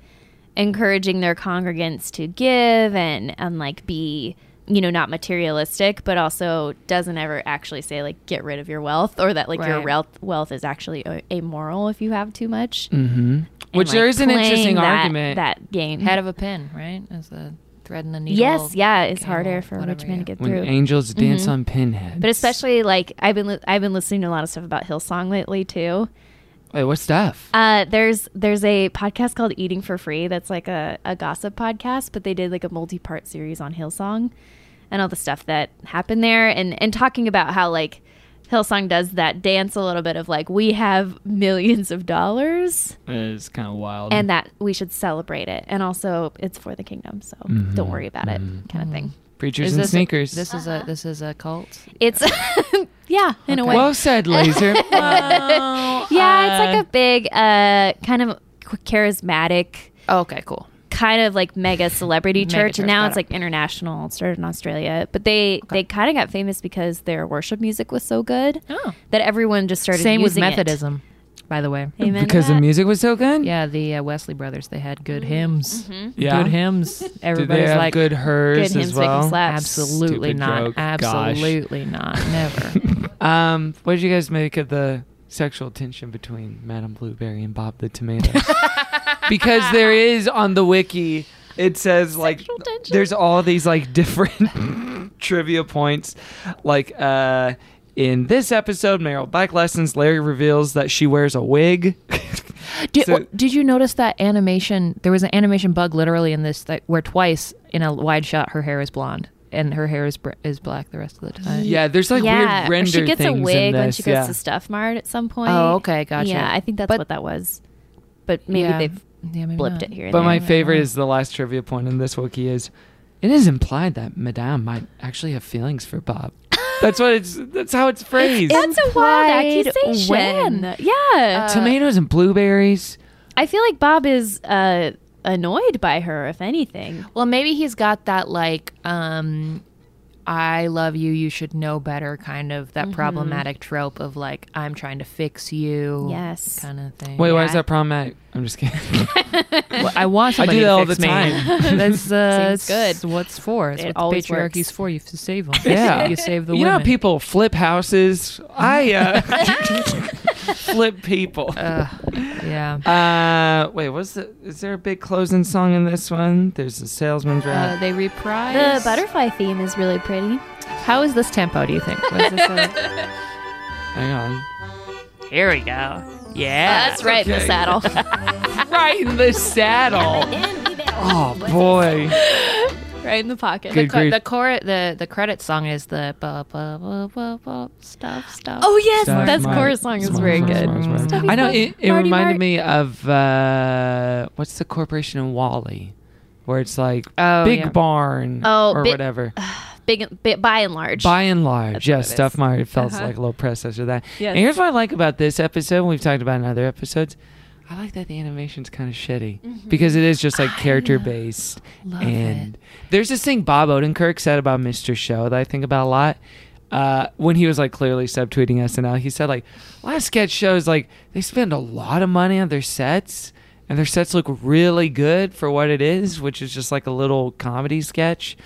encouraging their congregants to give and and like be you know not materialistic but also doesn't ever actually say like get rid of your wealth or that like your Right. wealth wealth is actually a- amoral if you have too much Mm-hmm. And, Which like, there is an playing interesting that- argument. that game Hmm. Head of a pin, right? Is the thread in the needle. yes yeah it's cable, harder for a whatever rich man to you- get when through angels dance Mhm. on pinhead. But especially like I've been li- I've been listening to a lot of stuff about Hillsong lately too. Wait, what's that? Uh, there's there's a podcast called Eating for Free that's like a, a gossip podcast, but they did like a multi part series on Hillsong and all the stuff that happened there and, and talking about how like Hillsong does that dance a little bit of like we have millions of dollars It's kind of wild. and that we should celebrate it and also it's for the kingdom, so Mhm, don't worry about it kind of thing. preachers Is and this a- sneakers. this is a this is a cult. It's yeah, in a way. Well said, laser. Wow. yeah, it's like a big, uh, kind of qu- charismatic. okay, cool. Kind of like mega celebrity Mega church, church, and now got it's it. like international. It started in Australia, but they they kind of got famous because their worship music was so good that everyone just started. Same with using it. Methodism, by the way. Amen to because the that. music was so good. Yeah, the uh, Wesley brothers they had Mm-hmm. good hymns. Yeah. Good hymns. Did Everybody's they have like good hers good hymns as make 'em well? slap. absolutely Stupid not. joke. Gosh. Absolutely Uh, not. Never. Um, what did you guys make of the sexual tension between Madame Blueberry and Bob the Tomato? because there is on the wiki, it says like there's all these like different trivia points, like uh. In this episode, Meryl Bike Lessons, Larry reveals that she wears a wig. Did, So- did you notice that animation? There was an animation bug literally in this that where twice in a wide shot her hair is blonde and her hair is br- is black the rest of the time. Yeah, there's like yeah, weird render She gets a things in wig when this, she goes yeah. to Stuff Mart at some point. Oh, okay, gotcha. Yeah, I think that's what that was, but maybe Yeah. they've Yeah, maybe blipped not. it here. and But my there. favorite is the last trivia point in this wiki is it is implied that Madame might actually have feelings for Bob. That's what it's that's how it's phrased. That's a wild Implied accusation. when? Yeah. Tomatoes and blueberries. I feel like Bob is uh, annoyed by her, if anything. Well, maybe he's got that like um I love you, you should know better kind of Mm-hmm. that problematic trope of like I'm trying to fix you. Yes. Kind of thing. Wait, why Yeah, is that problematic? I'm just kidding. Well, I want I somebody do that to all the fix me. time. That's uh, Seems good. What's for? It's It what always the patriarchy's works. for. You have to save them. Yeah. you save the you know women. how people flip houses? I uh, flip people. Uh. yeah. Uh, wait, what's the? Is there a big closing song in this one? There's a salesman's Uh, rap. they reprise The butterfly theme is really pretty. How is this tempo? Do you think? Was this a- Hang on. Here we go. Yeah. That's right, Miss Okay. Saddle. Right in the saddle. oh boy. right in the pocket. Good the, cor- grief. the chor- the the credit song is the ba ba ba ba ba stuff stuff. Oh yes, Stuff that's Mart. chorus song is very Smart, good. smart, smart, smart. Stuffy I know stuff, it, it Marty reminded Mart. me of uh, what's the corporation in Wally, where it's like Oh, Big yeah. Barn Oh, or bi- whatever. Big, bi- by and large. By and large, yes, what it stuff is. my felt Uh-huh. like a little predecessor to that. Yes. And here's what I like about this episode. and We've talked about in other episodes. I like that the animation's kind of shitty Mm-hmm. because it is just like character based. love and there's this thing Bob Odenkirk said about Mr. Show that I think about a lot. Uh, when he was like clearly subtweeting SNL, he said like a lot of sketch shows like they spend a lot of money on their sets and their sets look really good for what it is, which is just like a little comedy sketch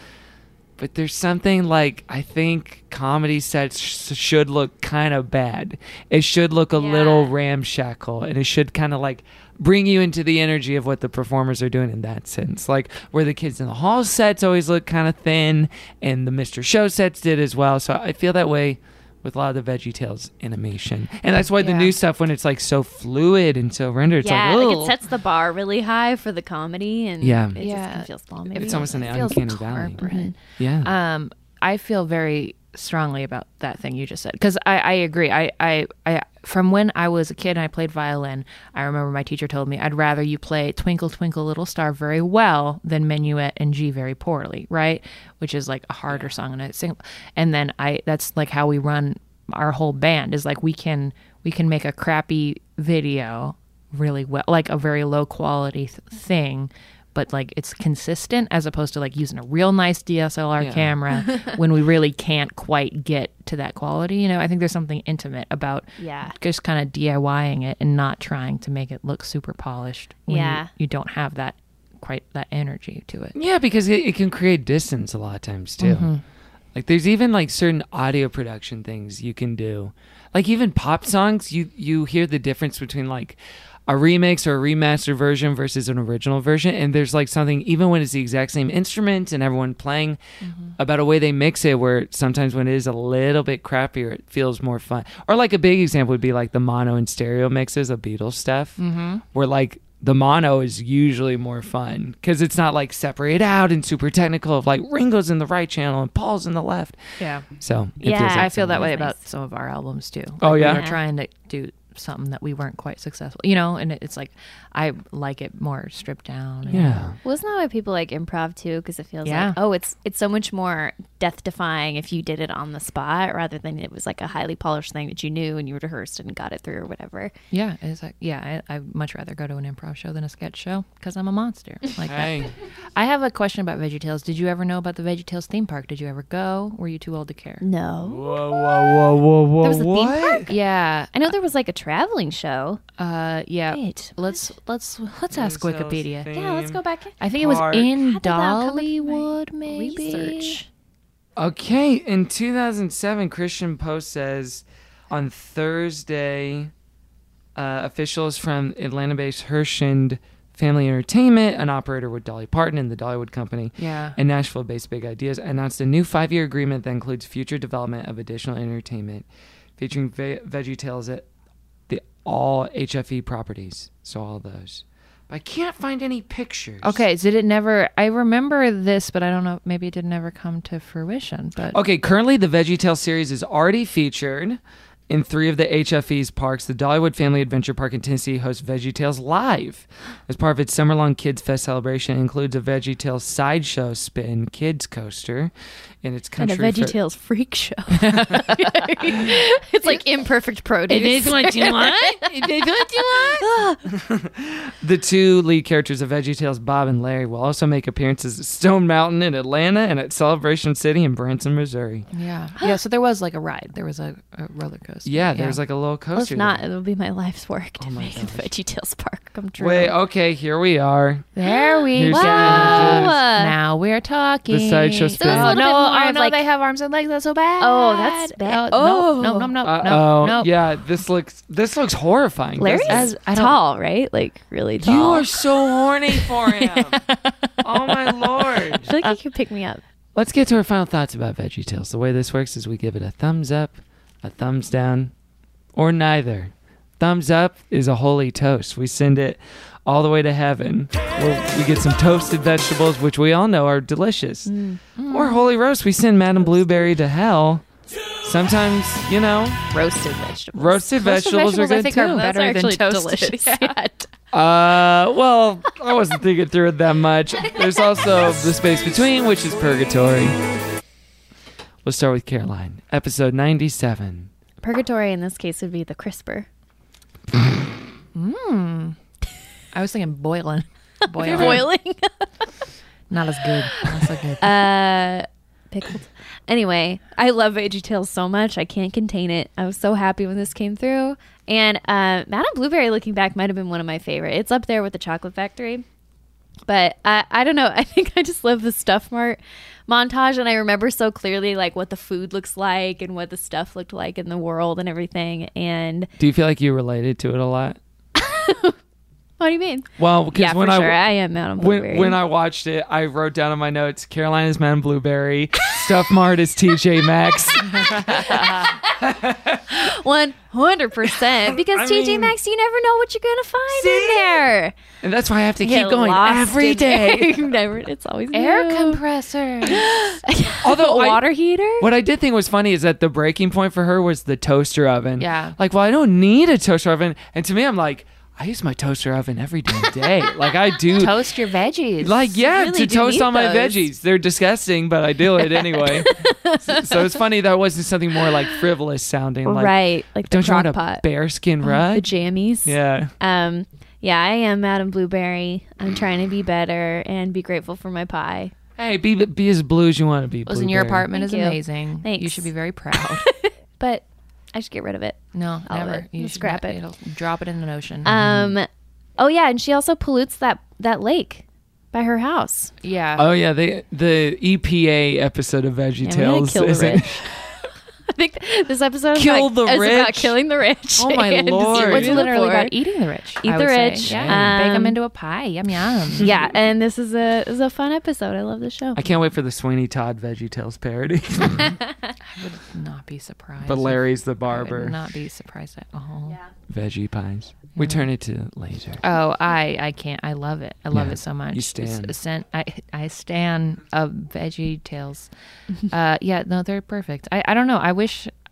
but there's something like I think comedy sets sh- should look kind of bad. It should look a little ramshackle, and it should kind of like bring you into the energy of what the performers are doing in that sense. Like where the kids in the hall sets always look kind of thin, and the Mr. Show sets did as well. So I feel that way with a lot of the Veggie Tales animation, and that's why the Yeah. new stuff when it's like so fluid and so rendered, it's yeah, like, like, "Ugh." it sets the bar really high for the comedy, and Yeah. it just Yeah. can feel small. Maybe it's almost an It feels uncanny valley. corporate. Yeah. Um, I feel very strongly about that thing you just said because I, I agree. I, I, I, from when I was a kid and I played violin, I remember my teacher told me I'd rather you play Twinkle Twinkle Little Star very well than Minuet and G very poorly, right? Which is like a harder song and a sing. And then I, that's like how we run our whole band is like we can we can make a crappy video really well like a very low quality th- thing but like it's consistent as opposed to like using a real nice DSLR Yeah. camera when we really can't quite get to that quality you know I think there's something intimate about Yeah. just kind of DIYing it and not trying to make it look super polished when you- Yeah. you, don't have that quite that energy to it Yeah, because it, it can create distance a lot of times too. Mhm. Like there's even like certain audio production things you can do. Like even pop songs, you you hear the difference between like a remix or a remastered version versus an original version and there's like something even when it's the exact same instrument and everyone playing about a way they mix it where sometimes when it is a little bit crappier it feels more fun. Or like a big example would be like the mono and stereo mixes of Beatles stuff Mhm. where like the mono is usually more fun because it's not like separated out and super technical of like Ringo's in the right channel and Paul's in the left. Yeah. So it yeah, feels like I feel that something. way about some of our albums too. Oh, Like, yeah? we were Yeah. trying to do something that we weren't quite successful, you know. And it- it's like I like it more stripped down. and- Yeah. Well, isn't that why people like improv too? Because it feels Yeah. like, oh, it's it's so much more death defying if you did it on the spot rather than it was like a highly polished thing that you knew and you rehearsed and got it through or whatever. yeah. It's like yeah, I, I'd much rather go to an improv show than a sketch show because I'm a monster. Like Hey. that. I have a question about VeggieTales. Did you ever know about the VeggieTales theme park? Did you ever go? Were you too old to care? No. Whoa, whoa, whoa, whoa, whoa. there was a what? theme park. Yeah. I know there was like a traveling show. Uh, yeah. Wait, let's let's let's ask Wikipedia. Yeah, let's go back. in. I think it was park. in did that all come Dollywood, maybe. Research. Okay, in 2007, Christian Post says on Thursday, uh, officials from Atlanta based Hershend Family Entertainment, an operator with Dolly Parton and the Dollywood Company, Yeah. and Nashville based Big Ideas, announced a new five year agreement that includes future development of additional entertainment featuring ve- VeggieTales at the all HFE properties. So, all those. I can't find any pictures. Okay, so did it never? I remember this, but I don't know. Maybe it did never come to fruition. But Okay, currently the VeggieTales series is already featured in three of the HFE's parks. The Dollywood Family Adventure Park in Tennessee hosts VeggieTales Live as part of its summer-long Kids Fest celebration. It includes a VeggieTales sideshow spin kids coaster in its And country. a VeggieTales freak show. it's like imperfect produce. The two lead characters of VeggieTales, Bob and Larry, will also make appearances at Stone Mountain in Atlanta and at Celebration City in Branson, Missouri. yeah, yeah. So there was like a ride. There was a, a roller coaster. Yeah, there's like a little coaster. Well, if there. not, it'll be my life's work to make the VeggieTales Park come true. Wait, okay, here we are. There we Here's go. some images. Now we're talking. The sideshow Oh spin. no! little bit more Oh of, no! like- they have arms and legs. That's so bad. Oh, that's bad. Oh no! No! No! No! Uh-oh. No! no. Uh, Yeah, this looks this looks horrifying. Larry's doesn't it? tall, right? Like really tall. you are so horny for him. oh my lord. I feel like you could pick me up. Let's get to our final thoughts about Veggie Tales. The way this works is we give it a thumbs up, a thumbs down, or neither. Thumbs up is a holy toast. We send it all the way to heaven. We'll, we get some toasted vegetables, which we all know are delicious. Mm. Or holy roast. We send Madame Blueberry to hell. Sometimes, you know, Roasted vegetables. roasted vegetables, are good I think too. are That's better than actually toasted. delicious. Yeah. Uh, well, I wasn't thinking through it that much. There's also the space between, which is purgatory. We'll start with Caroline, episode 97. Purgatory in this case would be the crisper. Mm. I was thinking boiling. Boiling. Boiling. Not as good. Not so good. uh, pickled. Anyway, I love Veggie Tales so much. I can't contain it. I was so happy when this came through. And uh, Madame Blueberry, looking back, might have been one of my favorite. It's up there with the Chocolate Factory. But I, I don't know. I think I just love the Stuff Mart montage. And I remember so clearly, like, what the food looks like and what the stuff looked like in the world and everything. And Do you feel like you related to it a lot? what do you mean? Well, because Yeah, when for I sure. I am Madame when, Blueberry. when I watched it, I wrote down in my notes: Caroline is Madame Blueberry, Stuff Mart is TJ Maxx. 100%. Because I TJ mean- Maxx, you never know what you're going to find in there. And that's why I have to Get keep going lost every in- day. Never, it's always Air new. compressor. Although I- oh, water heater. What I did think was funny is that the breaking point for her was the toaster oven. Yeah. Like, well, I don't need a toaster oven. And to me, I'm like, I use my toaster oven every damn day. like I do. Toast your veggies. Like yeah, You really to do toast need all my those. veggies. They're disgusting, but I do it anyway. so, so it's funny that wasn't something more like frivolous sounding. Like, right. Like don't the you want crock a pot. Oh, bearskin rug? The jammies. Yeah. Um. Yeah, I am Madam Blueberry. I'm trying to be better and be grateful for my pie. Hey, be be as blue as you want to be. Listen, your Blueberry. apartment is Thank you. amazing. You Thanks. should be very proud. but I should get rid of it. No, All of never. it. You Just should scrap not- it. It'll drop it in an ocean. Um. Oh yeah, and she also pollutes that that lake by her house. Yeah. Oh yeah, they the EPA episode of Veggie Yeah, we're gonna Tales kill the isn't- rich. I think this episode Kill is, the about, is about rich? killing the rich. Oh, my and lord. eating It's the literally poor. about eating the rich, Eat I the would say. rich. Yeah. Bake 'em into a pie. Yum yum. e-, yeah, and this is a this is a fun episode. I love this show. I can't wait for the Sweeney Todd Veggie Tales parody. not be surprised. but Larry's the I barber. would not be surprised at all. Veggie pies. We turn it to laser. Oh, I I can't. I love it. I love Yeah, it so much. you It's a stan. sen- I I stand of Veggie Tales. uh, yeah, no, they're perfect. I, I don't know. I wish.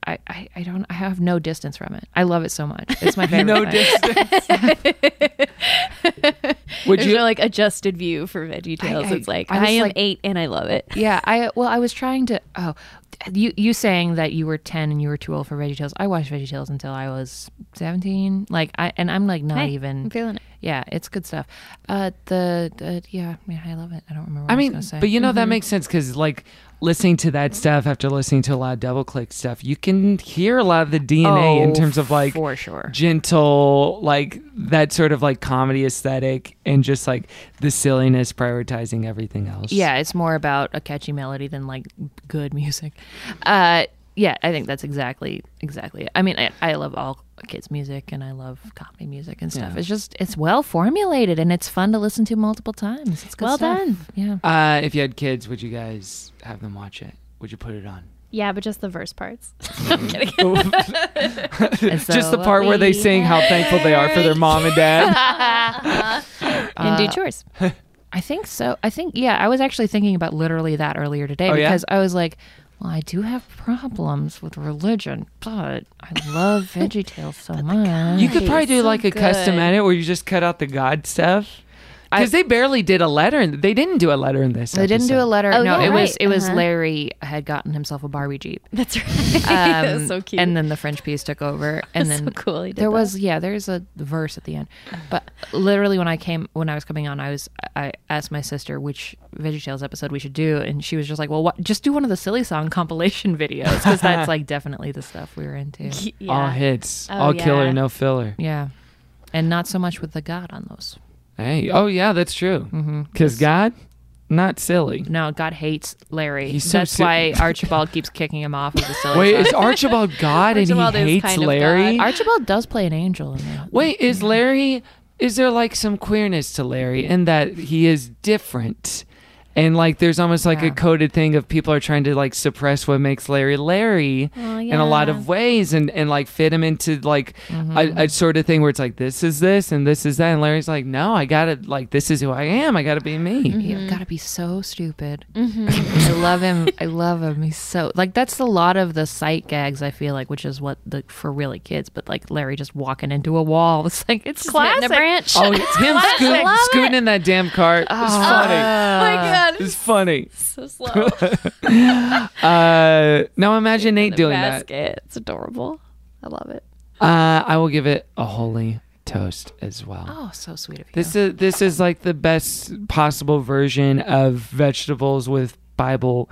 I, I, I don't I have no distance from it. I love it so much. It's my favorite. No thing. Would There's you- no like adjusted view for Veggie Tales. I- It's like I I, was am like- eight and I love it. Yeah, I well, I was trying to. Oh, you you saying that you were ten and you were too old for VeggieTales. I watched VeggieTales until I was seventeen. Like I and I'm like not Hey, even I'm feeling it. Yeah, it's good stuff. Uh, the, the yeah, yeah, I love it. I don't remember. What I mean, was gonna say. mm-hmm. but you know that makes sense because like listening to that stuff after listening to a lot of double click stuff, you can hear a lot of the DNA in Oh, terms of like for sure. gentle, like that sort of like comedy aesthetic and just like the silliness prioritizing everything else. Yeah, it's more about a catchy melody than like good music. Uh, yeah, I think that's exactly exactly. It. I mean, I, I love all kids' music and I love comedy music and stuff. Yeah. It's just it's well formulated and it's fun to listen to multiple times. It's good Well stuff. done. Yeah. Uh, if you had kids, would you guys have them watch it? Would you put it on? Yeah, but just the verse parts. I'm kidding. just the part where they sing how thankful they are for their mom and dad. and do Uh, chores. I think so. I think yeah. I was actually thinking about literally that earlier today Oh, yeah? because I was like, well, I do have problems with religion, but I love VeggieTales so much. You could probably do like a custom edit where you just cut out the God stuff. Because they barely did a letter, in, they didn't do a letter in this. They didn't do a episode. letter. Oh, no, yeah, it was right. it was Uh-huh. Larry had gotten himself a Barbie Jeep. Um, That's right. That's Um, so cute. And then the French piece took over. And That's so then cool he did there that. was yeah, there's a verse at the end. But literally when I came when I was coming on, I was I asked my sister which VeggieTales episode we should do, and she was just like, well, what? Just do one of the silly song compilation videos because that's like definitely the stuff we were into. Yeah. All hits, Oh, all killer, yeah. no filler. Yeah, and not so much with the God on those. Hey, oh yeah, that's true. Because God, not silly. No, God hates Larry. He's so That's si- why Archibald keeps kicking him off of the silly Wait, song. is Archibald God and Archibald he is hates kind of Larry? God. Archibald does play an angel in that. Wait, is Mm-hmm. Larry? Is there like some queerness to Larry in that he is different? And like, there's almost like a Yeah. coded thing of people are trying to like suppress what makes Larry Larry Oh, in a lot yeah. Mm-hmm. of ways, and and like fit him into like a, a sort of thing where it's like this is this and this is that, and Larry's like, no, I gotta like this is who I am. I gotta be me. Mm-hmm. You've got to be so stupid. I love him. I love him. He's so like that's a lot of the sight gags. I feel like, which is what the for really kids, but like Larry just walking into a wall. It's like it's knitting classic. a branch. Oh, it's him scoot, scooting in that damn cart. It's Oh. funny. my God, Oh It's funny. so slow. Uh, now imagine Nate The doing that. basket. It's adorable. I love it. Uh, I will give it a holy toast as well. Oh, so sweet of you. This is this is like the best possible version of vegetables with Bible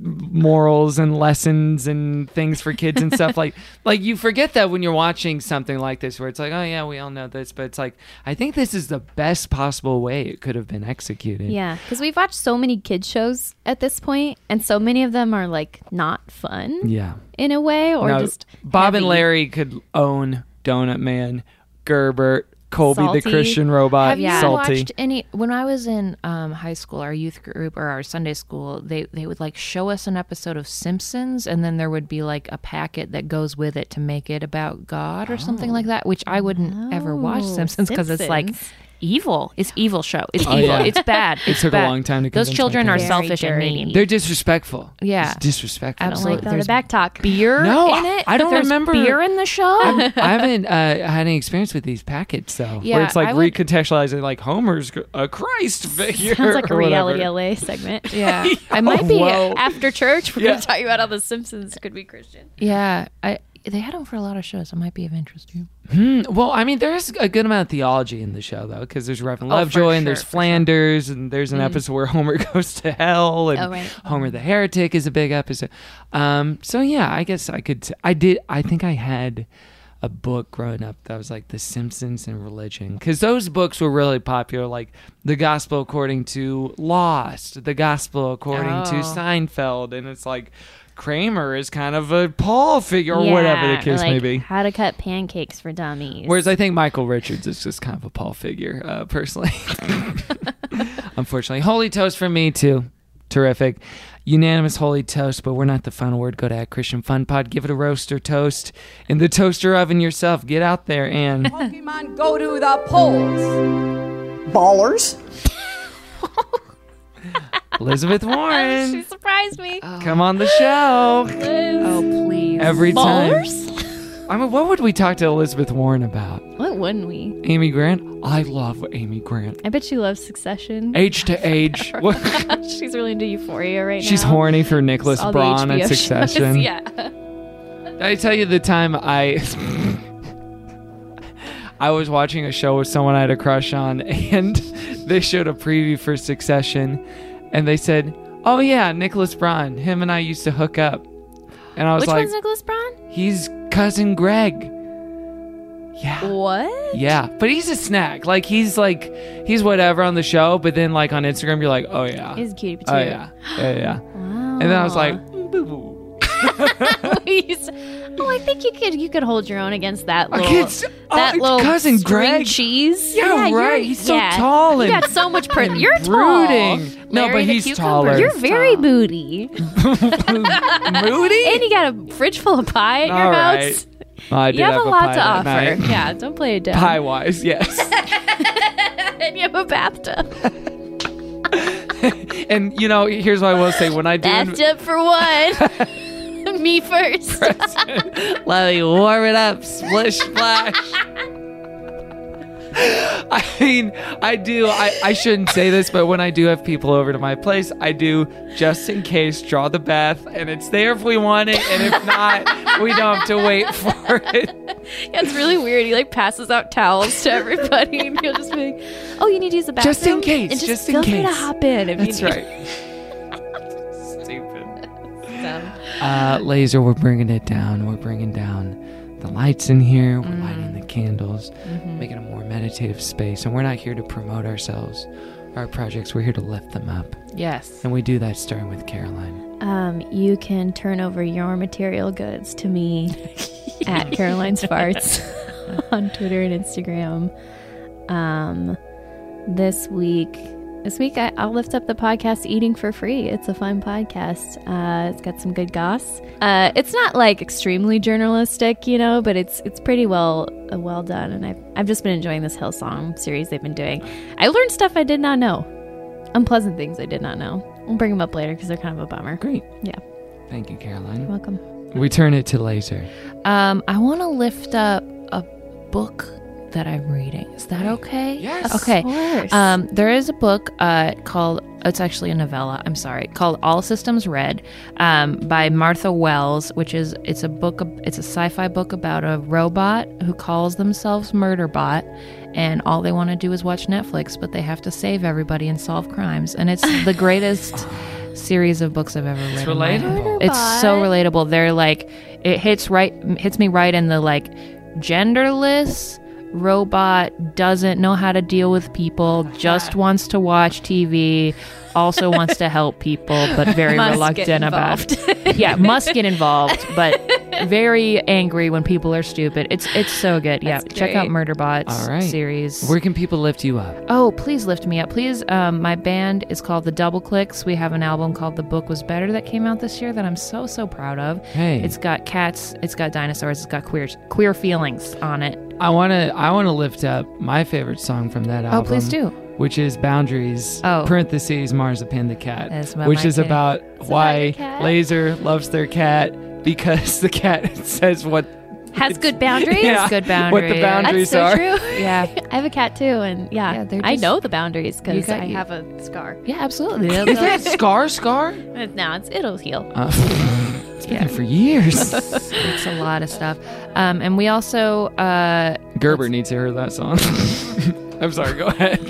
morals and lessons and things for kids and stuff like like you forget that when you're watching something like this where it's like oh yeah we all know this but it's like I think this is the best possible way it could have been executed. Yeah, because we've watched so many kids shows at this point, and so many of them are like not fun Yeah. in a way, or No, just Bob and heavy. Larry could own Donut Man, Gerbert, Colby the Salty. Christian robot, Have you salty. watched any? When I was in um, high school, our youth group or our Sunday school, they they would like show us an episode of Simpsons, and then there would be like a packet that goes with it to make it about God or something like that. Which I wouldn't ever watch Oh, Simpsons because it's like Simpsons. evil. It's evil show. It's Oh, evil. yeah. It's bad. It It's took a bad. long time to Those convince children my are parents. selfish and dirty. mean. They're disrespectful. Yeah. It's disrespectful. I don't like that. There's The back talk. Beer No, in I- it. I don't There's remember- beer in the show. I'm- I haven't uh, had any experience with these packets though, where Yeah, it's like I would- recontextualizing like Homer's g- a Christ figure. Sounds like a or reality whatever. LA segment. Yeah. I might be Well- after church. We're Yeah. going to talk about how The Simpsons could be Christian. yeah, I they had them for a lot of shows. It might be of interest to you. Hmm, well, I mean, there's a good amount of theology in the show though, because there's Reverend Oh, for Lovejoy and there's sure, for Flanders and there's an Mm. episode where Homer goes to hell and Oh, right. Homer the heretic is a big episode. Um, so yeah, I guess I could. I did. I think I had a book growing up that was like The Simpsons and religion, because those books were really popular, like The Gospel According to Lost, The Gospel According to Oh. Seinfeld, and it's like. Kramer is kind of a Paul figure, or whatever the Yeah, case may like, be. How to cut pancakes for dummies. Whereas I think Michael Richards is just kind of a Paul figure, uh, personally. Unfortunately, holy toast for me too. Terrific, unanimous holy toast. But we're not the final word. Go to at Christian Fun Pod. Give it a roast or toast in the toaster oven yourself. Get out there and Pokemon go to the polls. ballers. Elizabeth Warren, surprised me. come on the show Oh, please. every Ballers? time. I mean, what would we talk to Elizabeth Warren about? What wouldn't we? Amy Grant. I love Amy Grant. I bet she loves Succession. Age to age. What? She's really into Euphoria right now. She's horny for Nicholas All the Braun HBO and shows, Succession. yeah. Did I tell you the time I I was watching a show with someone I had a crush on and they showed a preview for Succession and they said, "Oh yeah, Nicholas Braun, him and I used to hook up." And I was Which like, one's Nicholas Braun? "He's cousin Greg." Yeah. What? Yeah, but he's a snack. Like he's like he's whatever on the show, but then like on Instagram you're like, "Oh yeah." He's cutie patootie. Oh yeah. Yeah, yeah. And then I was like, Please. Oh, I think you could you could hold your own against that I little can't s- oh, that it's little cousin string Greg. cheese. Yeah, you're- right. He's so yeah. tall You and got so much per- and You're brooding. tall. No, but the he's cucumber. taller. You're very moody. moody. And you got a fridge full of pie at your All house. right. Well, I did You have, have a lot pie to that offer. night. Yeah, don't play it down. Pie wise, yes. and you have a bath tub. and you know, here's what I will say: when I do, Bath tub for one. Me first. let me warm it up, splish splash. I mean, I do. I, I shouldn't say this, but when I do have people over to my place, I do just in case draw the bath, and it's there if we want it, and if not, we don't have to wait for it. Yeah, it's really weird. He like passes out towels to everybody, and he'll just be like, "Oh, you need to use the bathroom." Just in case, And just in feel free to case. hop in if That's you need. right. Stupid. Uh, laser, we're bringing it down. We're bringing down the lights in here. We're lighting the candles, making a more meditative space. And we're not here to promote ourselves, our projects. We're here to lift them up. Yes. And we do that starting with Caroline. Um, you can turn over your material goods to me at Caroline's Farts on Twitter and Instagram. Um, this week, this week I, I'll lift up the podcast "Eating for Free." It's a fun podcast. Uh, it's got some good goss. Uh, it's not like extremely journalistic, you know, but it's it's pretty well uh, well done. And I've I've just been enjoying this Hillsong series they've been doing. I learned stuff I did not know unpleasant things I did not know. We'll bring them up later because they're kind of a bummer. Great. Yeah. Thank you, Caroline. You're welcome. We turn it to laser. Um, I want to lift up a book that I'm reading. Is that okay? Yes. Of Okay. course. Um, there is a book uh, called. It's actually a novella. I'm sorry, called All Systems Red, um, by Martha Wells, which is it's a book. ab- It's a sci-fi book about a robot who calls themselves Murderbot, and all they want to do is watch Netflix, but they have to save everybody and solve crimes, and it's the greatest series of books I've ever read. in my relatable. life. It's so relatable. They're like, it hits right, hits me right in the like, genderless robot doesn't know how to deal with people, just wants to watch TV, also wants to help people, but very Must get reluctant about. yeah, must get involved, but very angry when people are stupid. It's it's so good. Yeah, That's check out great. Murderbot's All right. series. Where can people lift you up? Oh, please lift me up. Please, um, my band is called The Double Clicks. We have an album called The Book Was Better that came out this year that I'm so, so proud of. Hey. It's got cats, it's got dinosaurs, it's got queer, queer feelings on it. I want to I want to lift up my favorite song from that album. Oh, please do. Which is Boundaries, Oh. parentheses, Marzipin the cat, That's about which my is cat. about It's why about your cat. Laser loves their cat because the cat says what Has good boundaries. Yeah, good what the boundaries boundaries. That's so are. true. Yeah. I have a cat too, and yeah, Yeah, they're I just- know the boundaries You because got- I you- have a scar. Yeah, absolutely. They'll- Is they'll- that scar scar? Now it's it'll heal. Uh, it's been there for years. it's a lot of stuff. Um, and we also uh, Gerber needs to hear that song. I'm sorry. Go ahead.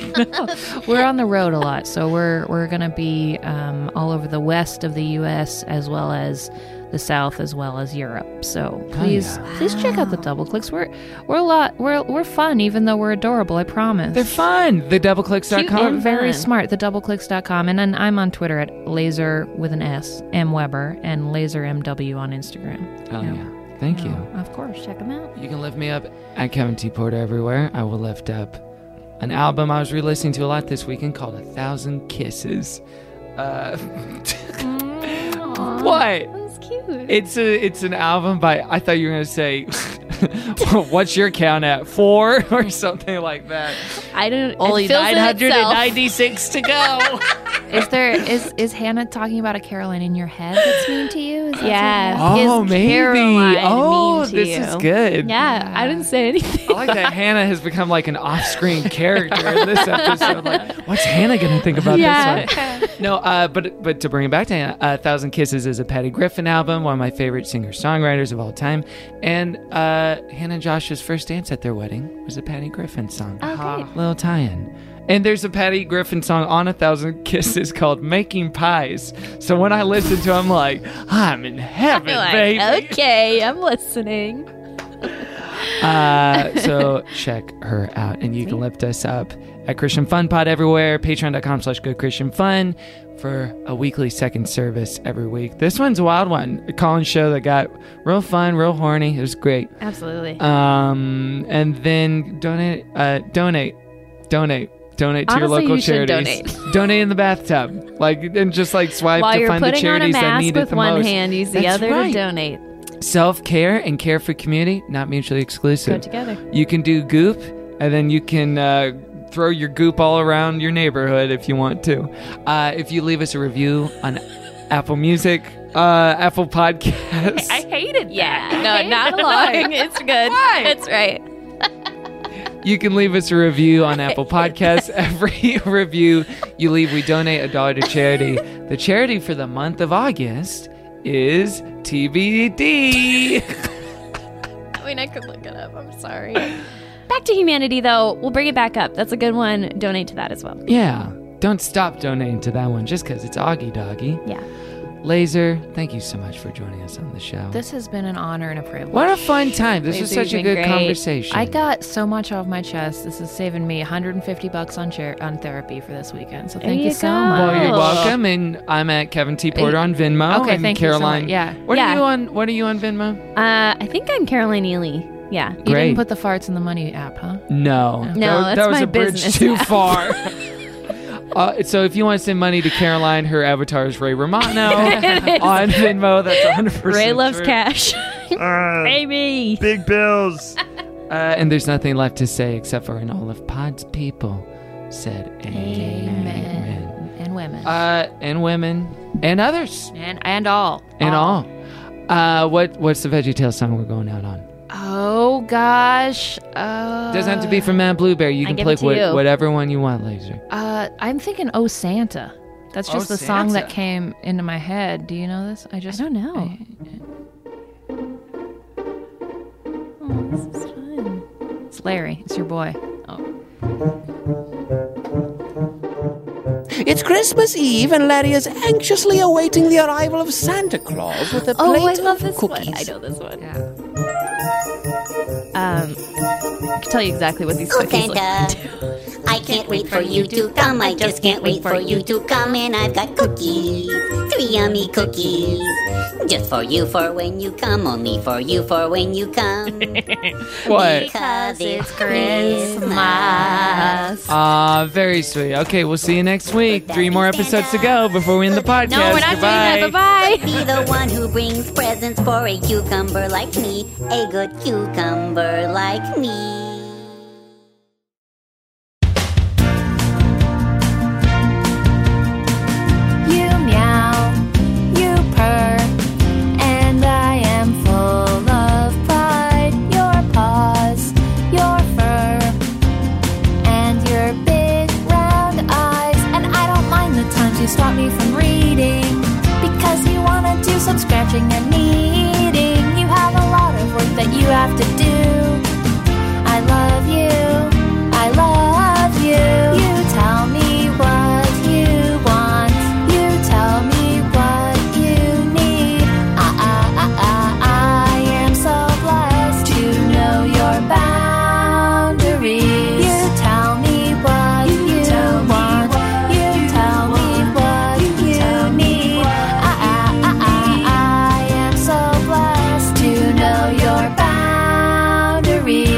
we're on the road a lot, so we're we're gonna be um, all over the west of the U.S. as well as the south as well as Europe. So Oh, please please check out the double clicks. We're we're a lot we're we're fun even though we're adorable. I promise. They're fun. The doubleclicks.com. and very smart. The doubleclicks.com. And then I'm on Twitter at laser with an S, M Weber, and laser MW on Instagram. Oh Yeah. yeah. Thank you. Of course. Check them out. You can lift me up at Kevin T. Porter everywhere. I will lift up an album I was re listening to a lot this weekend called A Thousand Kisses. Uh, what? That's cute. It's a it's an album by I thought you were gonna say what's your count at four or something like that. I don't. Only it fills in itself. to go. Is there is is Hannah talking about a Caroline in your head that's mean to you? Is that Yeah. Oh Is maybe. Caroline oh, mean to this you? is good. Yeah, I didn't say anything. I like that Hannah has become like an off-screen character in this episode. Like, what's Hannah gonna think about Yeah. this one? No, uh, but but to bring it back to Hannah, uh, Thousand Kisses is a Patty Griffin album, one of my favorite singer-songwriters of all time, and uh, Hannah and Josh's first dance at their wedding was a Patty Griffin song. Oh, great. Little tie-in. And there's a Patty Griffin song on A Thousand Kisses called "Making Pies." So when I listen to, it, I'm like, I'm in I heaven, feel like, baby. okay, I'm listening. Uh, so check her out and you can lift us up at christian fun pod everywhere patreon.com slash good christian fun for a weekly second service every week this one's a wild one a colin show that got real fun real horny it was great Absolutely. um and then donate uh donate donate donate to Honestly, your local you should charities donate in the bathtub like and just like swipe While to you're find the putting on a charities that mask need it with the one most hand, use the That's other right. to donate. Self care and care for community, not mutually exclusive. Go together. You can do goop, and then you can uh, throw your goop all around your neighborhood if you want to. Uh, if you leave us a review on Apple Music, uh, Apple Podcasts, I hated Yeah. No, not long. It's good. That's right. you can leave us a review on Apple Podcasts. Every review you leave, we donate a dollar to charity. The charity for the month of August is TBD. I mean, I could look it up. I'm sorry. Back to humanity, though. We'll bring it back up. That's a good one. Donate to that as well. Yeah. Don't stop donating to that one just because it's Augie Doggy. Yeah. Laser, thank you so much for joining us on the show. This has been an honor and a privilege. what a fun time. This was Laser, such a you've been good great. conversation. I got so much off my chest. This is saving me 150 bucks on chair on therapy for this weekend. So There thank you, you so go. much. well, you're welcome, and I'm at Kevin T. Porter on Venmo. Oh. Okay, and thank you so Caroline. much. Yeah. What Yeah. are you on? What are you on Venmo? Uh, I think I'm Caroline Ely. Yeah. You Great. didn't put the farts in the money app, huh? No, No, that, was- that's that was my a bridge business too app. far. uh, so if you want to send money to Caroline, her avatar is Ray Romano It on Venmo. That's 100. percent Ray loves cash. Uh, Amy. Big bills. uh, and there's nothing left to say except for an all of Pod's people said amen. And women. Uh, and women and others and and all. and all. Uh, what what's the Veggie Tale song we're going out on? Oh gosh. Uh, Doesn't have to be from Matt Blueberry. You I can give play it to you. whatever one you want, Laser. Uh, I'm thinking Oh Santa. That's Oh, just the song that Santa. came into my head. Do you know this? I I just don't know. Oh, It's Larry. It's your boy. Oh. It's Christmas Eve, and Larry is anxiously awaiting the arrival of Santa Claus with a Oh, I plate love of this cookies. one. I know this one. Um, I can tell you exactly what these Oh, cookies look Santa. I can't wait for you to come. I just can't wait for you to come. And I've got cookies, three yummy cookies. Just for you, for when you come, only for you, for when you come. What? Because it's Christmas. Ah, very sweet. Okay, we'll see you next week. Three more episodes to go before we end the podcast. Goodbye. Bye bye. Be the one who brings presents for a cucumber like me, a good cucumber like me. You meow, you purr, and I am full of pride. Your paws, your fur, and your big round eyes. And I don't mind the times you stop me from reading because you want to do some scratching and kneading. You have a lot of work that you have to do. I love you. I love you. You tell me what you want. You tell me what you need. Ah, ah, ah, ah, I am so blessed to know your boundaries. You tell me what you, want. you tell me what you, need. Ah, ah, ah, ah, I am so blessed to know your boundaries.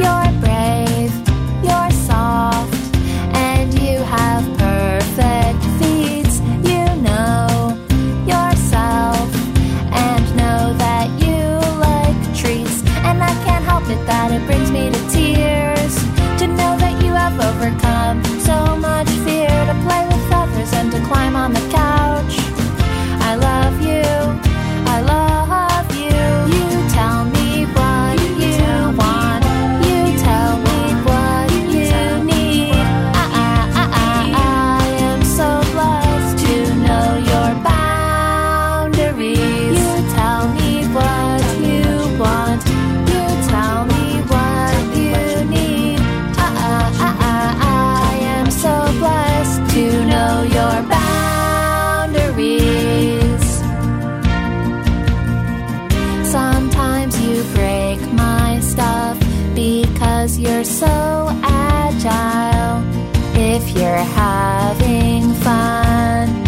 You're brave, you're soft, and you have perfect feet. You know yourself and know that you like treats. And I can't help it that it brings me to tears to know that you have overcome so much fear to play with others and to climb on the couch. I love you. I love you. You tell me what you, want. You tell me what you need. Ah, ah, ah, ah, I am so blessed to know your boundaries. You tell me what you want. You tell me what you need. Ah, ah, ah, ah, I am so blessed to know your boundaries. Sometimes you break my stuff because you're so agile. If you're having fun,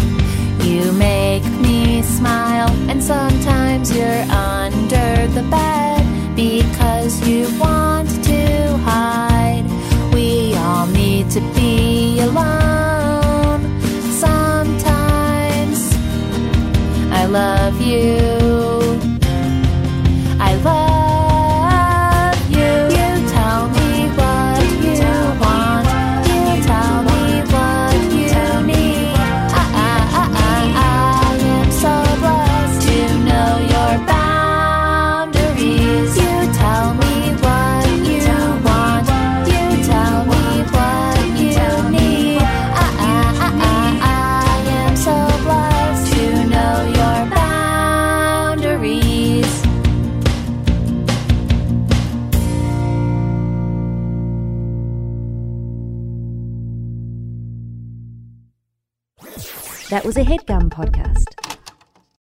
you make me smile. And sometimes you're under the bed because you want to hide. We all need to be alone sometimes. I love you. I love you. You tell me what you want. You tell me what you need. Ah, ah, ah, ah, I am so blessed to know your boundaries. You tell me what you want. You tell me what you need. Ah, ah, ah, ah, I am so blessed to know your boundaries. That was a headgum podcast.